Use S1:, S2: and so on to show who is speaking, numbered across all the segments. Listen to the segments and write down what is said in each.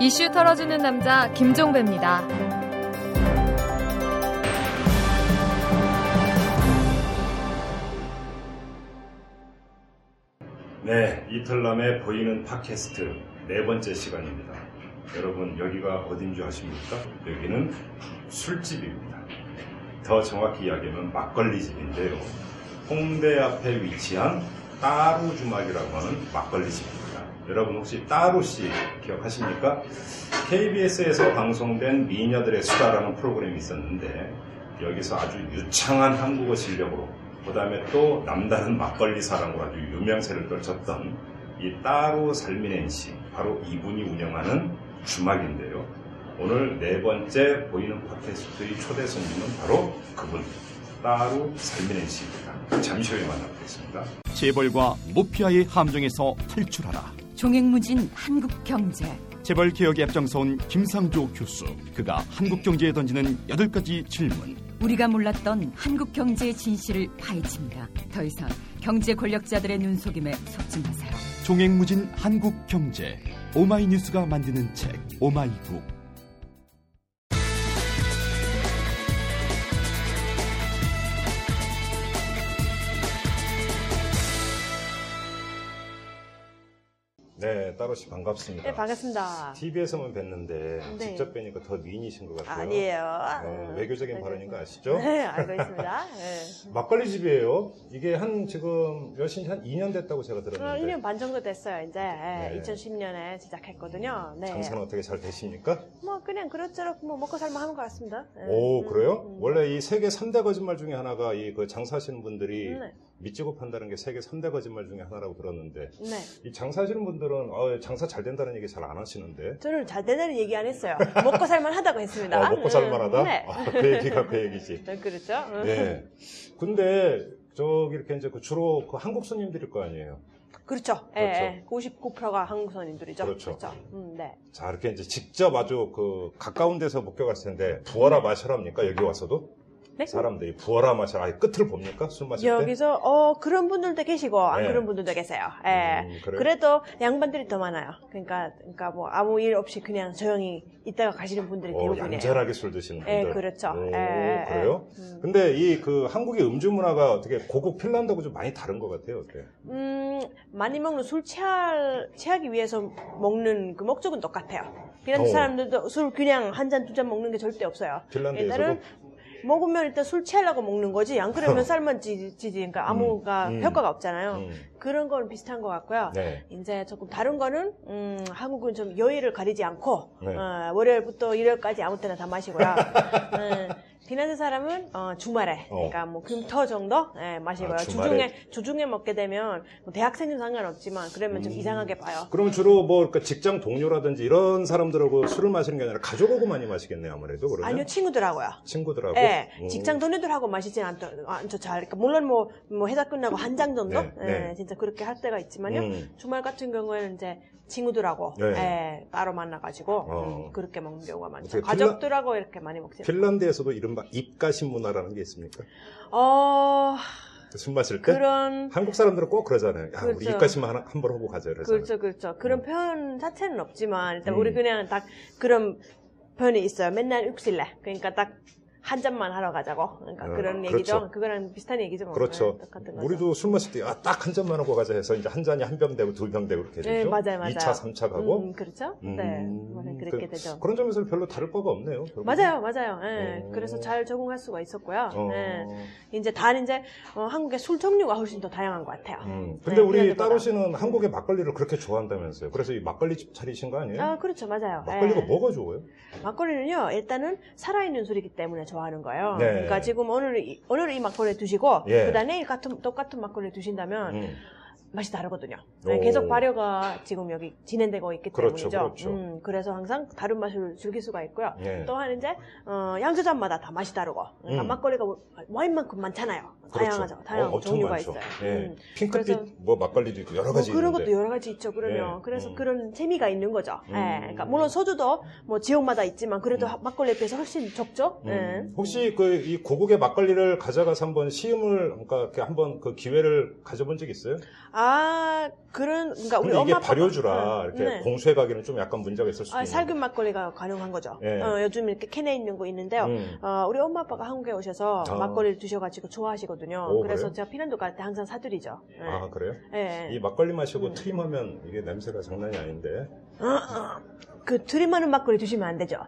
S1: 이슈 털어주는 남자 김종배입니다.
S2: '네, 이탈남의 보이는 팟캐스트 네 번째 시간입니다. 여러분 여기가 어딘 줄 아십니까? 여기는 술집입니다. 더 정확히 이야기하면 막걸리집인데요. 홍대 앞에 위치한 따루 주막이라고 하는 막걸리집입니다. 여러분 혹시 따루 씨 기억하십니까? KBS에서 방송된 미녀들의 수다라는 프로그램이 있었는데 여기서 아주 유창한 한국어 실력으로 그다음에 또 남다른 막걸리 사랑으로 아주 유명세를 떨쳤던 이 따로 살미낸 씨 바로 이분이 운영하는 주막인데요. 오늘 네 번째 보이는 팟캐스트의 초대 손님은 바로 그분 따로 살미낸 씨입니다. 잠시 후에 만나보겠습니다.
S3: 재벌과 모피아의 함정에서 탈출하라.
S4: 종횡무진 한국 경제
S3: 재벌 개혁에 앞장서온 김상조 교수. 그가 한국 경제에 던지는 여덟 가지 질문.
S4: 우리가 몰랐던 한국 경제의 진실을 파헤칩니다. 더 이상 경제 권력자들의 눈속임에 속지 마세요.
S3: 종횡무진 한국 경제. 오마이뉴스가 만드는 책 오마이북.
S2: 네, 따로 씨 반갑습니다.
S5: 네,
S2: 아,
S5: 반갑습니다.
S2: TV에서만 뵀는데
S5: 네.
S2: 직접 뵈니까 더 미인이신 것 같아요.
S5: 아니에요.
S2: 네,
S5: 음,
S2: 외교적인
S5: 네,
S2: 발언인 거
S5: 그래서-
S2: 아시죠?
S5: 네, 알고 있습니다. 네.
S2: 막걸리 집이에요. 이게 한 지금 몇신 한 2년 됐다고 제가
S5: 그럼
S2: 들었는데
S5: 아, 1년 반 정도 됐어요, 이제. 2010년에 시작했거든요. 네.
S2: 네, 장사는 어떻게 잘 되십니까?
S5: 뭐, 그냥 그럭저럭 뭐 먹고 살만 하는 것 같습니다. 네.
S2: 오
S5: 음,
S2: 그래요?
S5: 음.
S2: 원래 이 세계 3대 거짓말 중에 하나가 이 그 장사하시는 분들이
S5: 네.
S2: 믿지고 판다는 게 세계 3대 거짓말 중에 하나라고 들었는데
S5: 네.
S2: 이 장사하시는 분들은 어, 장사 잘 된다는 얘기 잘 안 하시는데
S5: 저는 잘 된다는 얘기 안 했어요. 먹고 살만 하다고 했습니다.
S2: 아, 먹고 살만하다?
S5: 네.
S2: 아, 그 얘기가 그 얘기지.
S5: 네, 그렇죠. 음.
S2: 네. 근데 저기 이렇게 이제 그 주로 그 한국 손님들일 거 아니에요.
S5: 그렇죠.
S2: 그렇죠.
S5: 예, 예. 99%가 한국 선인들이죠.
S2: 그렇죠.
S5: 음, 네.
S2: 자 이렇게 이제 직접 아주 그 가까운 데서 목격하실 텐데 부어라 마셔랍니까 여기 와서도?
S5: 네?
S2: 사람들이 부어라 마셔라 아예 끝을 봅니까 술 마실 때?
S5: 여기서 어 그런 분들도 계시고 안
S2: 네.
S5: 그런 분들도 계세요. 예.
S2: 음, 그래요?
S5: 그래도 양반들이 더 많아요. 그러니까 그러니까 뭐 아무 일 없이 그냥 조용히 있다가 가시는 분들이
S2: 어,
S5: 대부분이에요.
S2: 얌전하게 술 드시는
S5: 예,
S2: 분들.
S5: 그렇죠.
S2: 오,
S5: 예, 예, 예.
S2: 그래요?
S5: 음.
S2: 근데 이 그 한국의 음주 문화가 어떻게 고국 핀란드하고 좀 많이 다른 것 같아요. 어때?
S5: 음, 많이 먹는 술 취할, 취하기 위해서 먹는 그 목적은 똑같아요. 핀란드
S2: 오.
S5: 사람들도 술 그냥 한 잔 두 잔 먹는 게 절대 없어요.
S2: 핀란드에서도?
S5: 일단은 먹으면 일단 술 취하려고 먹는 거지 안 그러면 삶은 지지 그러니까 아무가
S2: 음.
S5: 효과가 없잖아요.
S2: 음.
S5: 그런 건 비슷한 것 같고요.
S2: 네.
S5: 이제 조금 다른 거는 음, 한국은 좀 여의를 가리지 않고
S2: 네.
S5: 어, 월요일부터 일요일까지 아무 때나 다 마시고요. 음, 핀란드 사람은 어, 주말에
S2: 어.
S5: 그러니까 뭐 금토 정도 예, 마시고요.
S2: 아, 주말에.
S5: 주중에 주중에 먹게 되면 뭐 대학생은 상관없지만 그러면
S2: 음.
S5: 좀 이상하게 봐요.
S2: 그럼 주로 뭐 그러니까 직장 동료라든지 이런 사람들하고 술을 마시는 게 아니라 가족하고 많이 마시겠네요. 아무래도 그러면
S5: 아니요 친구들하고요.
S2: 친구들하고.
S5: 예,
S2: 음.
S5: 직장 동료들하고 마시진 않죠. 않죠 잘. 그러니까 물론 뭐, 뭐 회사 끝나고 한 장 정도,
S2: 네,
S5: 예,
S2: 네.
S5: 진짜 그렇게 할 때가 있지만요.
S2: 음.
S5: 주말 같은 경우에는 이제 친구들하고
S2: 네.
S5: 예, 따로 만나가지고
S2: 어.
S5: 음, 그렇게 먹는 경우가 많죠.
S2: 어떻게
S5: 가족들하고 이렇게 많이 먹어요.
S2: 핀란드에서도 이른바 입가심 문화라는 게 있습니까? 그
S5: 어,
S2: 술 마실 때
S5: 그런
S2: 한국 사람들은 꼭 그러잖아요. 야, 우리
S5: 그렇죠.
S2: 입가심 하나 한 번 하고 가자 그러잖아요.
S5: 그렇죠, 그렇죠. 그런 표현 자체는 없지만 일단
S2: 음.
S5: 우리 그냥 딱 그런 표현이 있어요. 맨날 육실래. 그러니까 딱 한 잔만 하러 가자고. 그러니까
S2: 어,
S5: 그런
S2: 그렇죠.
S5: 얘기죠. 그거랑 비슷한 얘기죠. 뭐.
S2: 그렇죠.
S5: 네, 똑같은 거죠.
S2: 우리도 술 마실 때 딱 한 잔만 하고 가자 해서 이제 한 잔이 한 병 되고 두 병 되고 이렇게 되죠.
S5: 네, 맞아요, 맞아요.
S2: 2차, 3차 가고.
S5: 음, 그렇죠.
S2: 음,
S5: 네, 맞아요. 그렇게
S2: 그-
S5: 되죠.
S2: 그런 점에서 별로 다를 바가 없네요. 결국은.
S5: 맞아요, 맞아요. 예,
S2: 어.
S5: 그래서 잘 적응할 수가 있었고요.
S2: 어.
S5: 예. 이제 단 이제 어, 한국의 술 종류가 훨씬 더 다양한 것 같아요.
S2: 음, 근데
S5: 네,
S2: 우리
S5: 핀란드보다.
S2: 따로 씨는 한국의 막걸리를 그렇게 좋아한다면서요. 그래서 이 막걸리 집 차리신 거 아니에요?
S5: 아, 그렇죠, 맞아요.
S2: 막걸리가
S5: 예.
S2: 뭐가 좋아요?
S5: 막걸리는요, 일단은 살아있는 술이기 때문에 좋아하는 거예요.
S2: 네.
S5: 그러니까 지금 오늘 이- 오늘 이 막걸리 두시고
S2: 예.
S5: 그다음에 내일 같은 똑같은 막걸리 두신다면
S2: 음,
S5: 맛이 다르거든요.
S2: 오.
S5: 네, 계속 발효가 지금 여기 진행되고 있기
S2: 그렇죠,
S5: 때문이죠.
S2: 그렇죠.
S5: 음, 그래서 항상 다른 맛을 즐길 수가 있고요.
S2: 예.
S5: 또한 이제 어, 양조장마다 다 맛이 다르고 그러니까
S2: 음.
S5: 막걸리가 와인만큼 많잖아요. 다양하죠. 다양한
S2: 어, 엄청
S5: 종류가
S2: 많죠.
S5: 있어요.
S2: 예.
S5: 음.
S2: 핑크빛
S5: 그래서-
S2: 뭐 막걸리도 있고 여러
S5: 뭐
S2: 가지
S5: 그런 것도
S2: 있는데.
S5: 여러 가지 있죠. 그러면
S2: 예.
S5: 그래서
S2: 음.
S5: 그런 재미가 있는 거죠. 예.
S2: 음.
S5: 그러니까 물론 소주도 뭐 지역마다 있지만 그래도 하- 막걸리에 비해서 훨씬 적죠. 예.
S2: 음, 혹시 그 이 고국의 막걸리를 가져가서 한번 시음을 그러니까 이렇게 한번 그 기회를 가져본 적 있어요?
S5: 아 그런 그러니까 우리
S2: 근데
S5: 엄마
S2: 이게
S5: 아빠가-
S2: 발효주라
S5: 응,
S2: 이렇게
S5: 네.
S2: 공수해 가기는 좀 약간 문제가 있을 수도
S5: 아,
S2: 있는
S5: 살균 막걸리가 가능한 거죠.
S2: 예.
S5: 어, 요즘 이렇게 캔에 있는 거 있는데요.
S2: 음.
S5: 어, 우리 엄마 아빠가 한국에 오셔서
S2: 아.
S5: 막걸리를 드셔가지고 좋아하시거든요.
S2: 오,
S5: 그래서
S2: 그래요?
S5: 제가 피난도 갈 때 항상 사드리죠. 예.
S2: 아 그래요?
S5: 예.
S2: 이 막걸리 마시고
S5: 음.
S2: 트림하면 이게 냄새가 장난이 아닌데
S5: 어, 어. 그 드림하는 막걸리 드시면 안 되죠.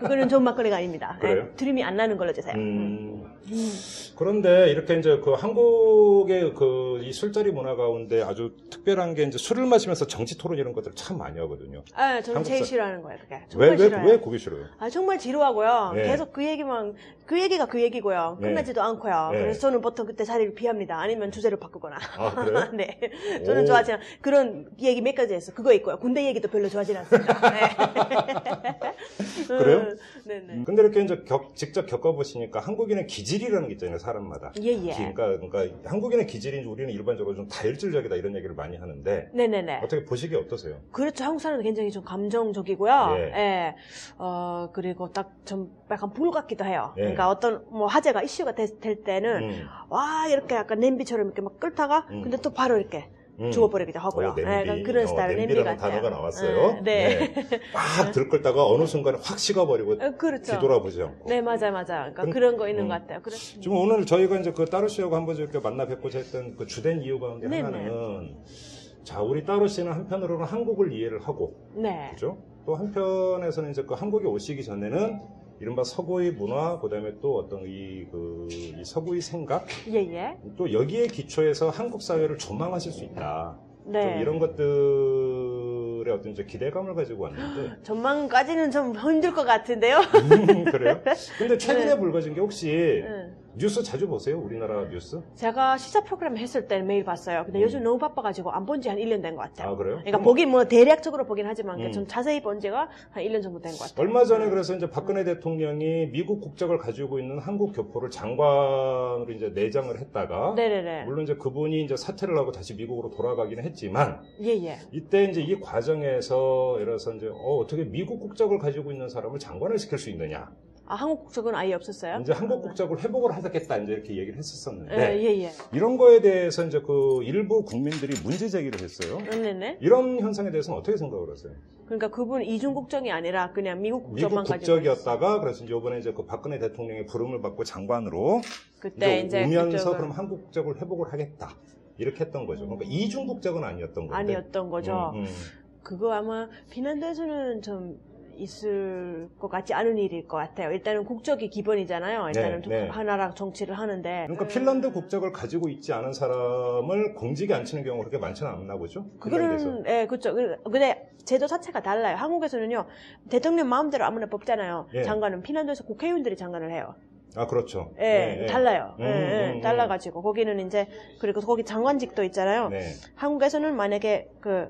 S5: 그거는 좋은 막걸리가 아닙니다.
S2: 그래요?
S5: 드림이 안 나는 걸로 드세요. 음.
S2: 음. 그런데 이렇게 이제 그 한국의 그 이 술자리 문화 가운데 아주 특별한 게 이제 술을 마시면서 정치 토론 이런 것들 참 많이 하거든요.
S5: 아, 저는 제일
S2: 한국 사-
S5: 싫어하는 거예요, 그게. 정말
S2: 왜 왜
S5: 싫어요.
S2: 왜 그게 싫어요?
S5: 아, 정말 지루하고요.
S2: 예.
S5: 계속 그 얘기만, 그 얘기가 그 얘기고요.
S2: 예.
S5: 끝나지도 않고요.
S2: 예.
S5: 그래서 저는 보통 그때 자리를 비합니다. 아니면 주제를 바꾸거나.
S2: 아 그래요?
S5: 네. 저는
S2: 오.
S5: 좋아하지 않, 그런 얘기 몇 가지 했어. 그거 있고요. 군대 얘기도 별로 좋아하지 않습니다. 네.
S2: 그래요?
S5: 음, 네네.
S2: 근데 이렇게 이제 겪- 직접 겪어보시니까 한국인의 기질이라는 게 있잖아요, 사람마다.
S5: 예, 예.
S2: 그러니까, 그러니까 한국인의 기질인 우리는 일반적으로 좀 다혈질적이다 이런 얘기를 많이 하는데
S5: 네네네.
S2: 어떻게 보시기에 어떠세요?
S5: 그렇죠. 한국 사람은 굉장히 좀 감정적이고요.
S2: 예.
S5: 예. 어, 그리고 딱 좀 약간 불 같기도 해요.
S2: 예.
S5: 그러니까 어떤 뭐 화제가 이슈가 되- 될 때는
S2: 음,
S5: 와, 이렇게 약간 냄비처럼 이렇게 막 끓다가
S2: 음.
S5: 근데 또 바로 이렇게
S2: 음.
S5: 주워버리기도 하고요.
S2: 어, 냄비.
S5: 예, 약간 그런
S2: 어,
S5: 스타일 냄비
S2: 냄비라는
S5: 같아요.
S2: 단어가 나왔어요.
S5: 예, 네.
S2: 막 들끓다가 어느 순간에 확 식어버리고
S5: 예,
S2: 네.
S5: 그렇죠.
S2: 뒤돌아보지 않고.
S5: 네, 맞아요, 맞아요. 그러니까
S2: 음,
S5: 그런 거 있는
S2: 음.
S5: 것 같아요. 그래서
S2: 지금 오늘 저희가 이제 그 따로 씨하고 한번 이렇게 만나 뵙고자 했던 그 주된 이유 가운데
S5: 네네.
S2: 하나는 자 우리 따로 씨는 한편으로는 한국을 이해를 하고
S5: 네.
S2: 그죠? 또 한편에서는 이제 그 한국에 오시기 전에는 이른바 서구의 문화, 그 다음에 또 어떤 이, 그, 이 서구의 생각,
S5: 예, 예.
S2: 또 여기에 기초해서 한국 사회를 조망하실 수 있다. 좀
S5: 네.
S2: 이런 것들의 어떤 이제 기대감을 가지고 왔는데.
S5: 전망까지는 좀 힘들 것 같은데요.
S2: 음, 그래요? 근데 최근에
S5: 네.
S2: 불거진 게 혹시
S5: 응.
S2: 뉴스 자주 보세요? 우리나라 뉴스?
S5: 네. 제가 시사 프로그램 했을 때 매일 봤어요. 근데
S2: 음.
S5: 요즘 너무 바빠가지고 안 본 지 한 1년 된 것 같아요.
S2: 아, 그래요?
S5: 그러니까
S2: 그럼
S5: 보긴 뭐 대략적으로 보긴 하지만
S2: 음.
S5: 좀 자세히 본 지가 한 1년 정도 된 것 같아요.
S2: 얼마 전에 그래서 이제 박근혜 대통령이 미국 국적을 가지고 있는 한국 교포를 장관으로 이제 내장을 했다가
S5: 네네네.
S2: 물론 이제 그분이 이제 사퇴를 하고 다시 미국으로 돌아가기는 했지만
S5: 예, 예.
S2: 이때 이제 이 과정에서 예를 들어서 이제 어, 떻게 미국 국적을 가지고 있는 사람을 장관을 시킬 수 있느냐
S5: 아, 한국 국적은 아예 없었어요?
S2: 이제 한국 국적을 회복을 하겠다 이제 이렇게 얘기를 했었었는데
S5: 예, 예, 예.
S2: 이런 거에 대해서 이제 그 일부 국민들이 문제 제기를 했어요.
S5: 네네.
S2: 이런 현상에 대해서는 어떻게 생각을 하세요?
S5: 그러니까 그분 이중 국적이 아니라 그냥
S2: 미국
S5: 미국 국적만 가지고
S2: 국적이었다가 그래서 이제 이번에 이제 그 박근혜 대통령의 부름을 받고 장관으로
S5: 그때 네, 이제
S2: 오면서
S5: 국적은 음.
S2: 그럼 한국 국적을 회복을 하겠다 이렇게 했던 거죠. 그러니까 이중 국적은 아니었던 건데.
S5: 아니었던 거죠.
S2: 네.
S5: 네.
S2: 음, 음.
S5: 그거 아마 비난도에서는 좀 있을 것 같지 않은 일일 것 같아요. 일단은 국적이 기본이잖아요. 일단은
S2: 네,
S5: 두-
S2: 네.
S5: 하나라 정치를 하는데.
S2: 그러니까 핀란드 국적을 가지고 있지 않은 사람을 공직에 앉히는 경우가 그렇게 많지는 않나 보죠? 핀란드에서.
S5: 그거는 예, 그렇죠. 그- 근데 제도 자체가 달라요. 한국에서는요. 대통령 마음대로 아무나 뽑잖아요.
S2: 예.
S5: 장관은 핀란드에서 국회의원들이 장관을 해요.
S2: 아 그렇죠.
S5: 예, 달라요. 예,
S2: 음,
S5: 예,
S2: 음, 음.
S5: 달라가지고 거기는 이제 그리고 거기 장관직도 있잖아요.
S2: 네.
S5: 한국에서는 만약에 그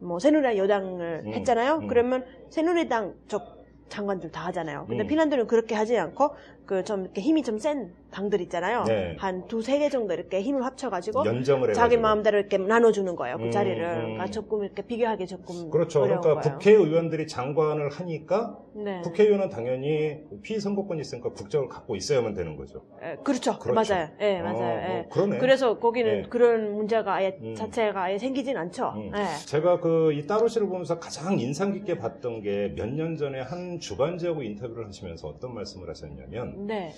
S5: 뭐 새누리당 여당을
S2: 음,
S5: 했잖아요.
S2: 음.
S5: 그러면 새누리당 쪽 장관들 다 하잖아요. 근데
S2: 음.
S5: 핀란드는 그렇게 하지 않고 그 좀 이렇게 힘이 좀 센 당들 있잖아요.
S2: 네.
S5: 한 두 세 개 정도 이렇게 힘을 합쳐가지고
S2: 연정을 해.
S5: 자기 마음대로 이렇게 나눠주는 거예요. 그
S2: 음,
S5: 자리를
S2: 음.
S5: 그러니까 조금 이렇게 비교하기 조금
S2: 그렇죠.
S5: 어려운
S2: 그러니까
S5: 거예요.
S2: 국회의원들이 장관을 하니까
S5: 네.
S2: 국회의원은 당연히 피선거권이 있으니까 국적을 갖고 있어야만 되는 거죠.
S5: 예, 그렇죠.
S2: 그렇죠.
S5: 맞아요. 예, 맞아요.
S2: 어,
S5: 예.
S2: 어, 그러네.
S5: 그래서 거기는
S2: 예.
S5: 그런 문제가 아예
S2: 음.
S5: 자체가 아예 생기진 않죠.
S2: 음.
S5: 예.
S2: 제가 그 이 따로 씨를 보면서 가장 인상 깊게 봤던 게 몇 년 전에 한 주간지하고 인터뷰를 하시면서 어떤 말씀을 하셨냐면
S5: 네.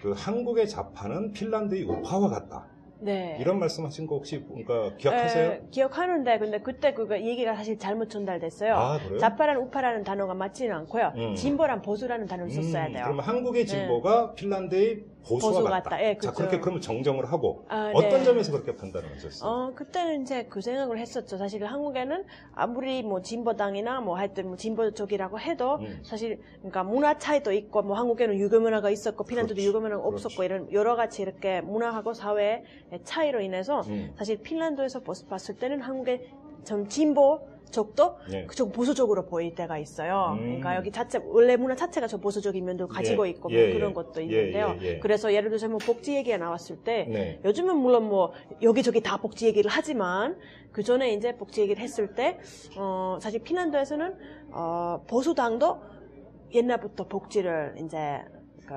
S2: 그 한국의 자파는 핀란드의 우파와 같다.
S5: 네.
S2: 이런 말씀하신 거 혹시 그러니까 기억하세요?
S5: 에, 기억하는데 근데 그때 그 얘기가 사실 잘못 전달됐어요.
S2: 아, 그래요?
S5: 좌파란 우파라는 단어가 맞지는 않고요.
S2: 음.
S5: 진보란 보수라는 단어를 썼어야
S2: 음,
S5: 돼요. 네.
S2: 그러면 한국의 진보가 핀란드의 보수와
S5: 보수
S2: 같다.
S5: 같다. 예,
S2: 자,
S5: 그렇죠.
S2: 그렇게 그러면 정정을 하고
S5: 아,
S2: 어떤
S5: 네.
S2: 점에서 그렇게 판단을 하셨어요?
S5: 어 그때는 이제 그 생각을 했었죠. 사실 한국에는 아무리 뭐 진보당이나 뭐 하여튼 뭐 진보 쪽이라고 해도
S2: 음.
S5: 사실 그러니까 문화 차이도 있고 뭐 한국에는 유교 문화가 있었고 핀란드도
S2: 그렇지.
S5: 유교 문화가
S2: 그렇지.
S5: 없었고 이런 여러 가지 이렇게 문화하고 사회의 차이로 인해서
S2: 음.
S5: 사실 핀란드에서 봤- 봤을 때는 한국의 좀 진보 쪽도
S2: 네.
S5: 그좀 보수적으로 보일 때가 있어요.
S2: 음.
S5: 그러니까 여기 자체 원래 문화 자체가 좀 보수적인 면도 가지고
S2: 예,
S5: 있고
S2: 예,
S5: 뭐 그런
S2: 예.
S5: 것도
S2: 예,
S5: 있는데요.
S2: 예, 예.
S5: 그래서 예를 들어서 뭐 복지 얘기가 나왔을 때
S2: 네.
S5: 요즘은 물론 뭐 여기저기 다 복지 얘기를 하지만 그 전에 이제 복지 얘기를 했을 때 어, 사실 핀란드에서는 어, 보수당도 옛날부터 복지를 이제 그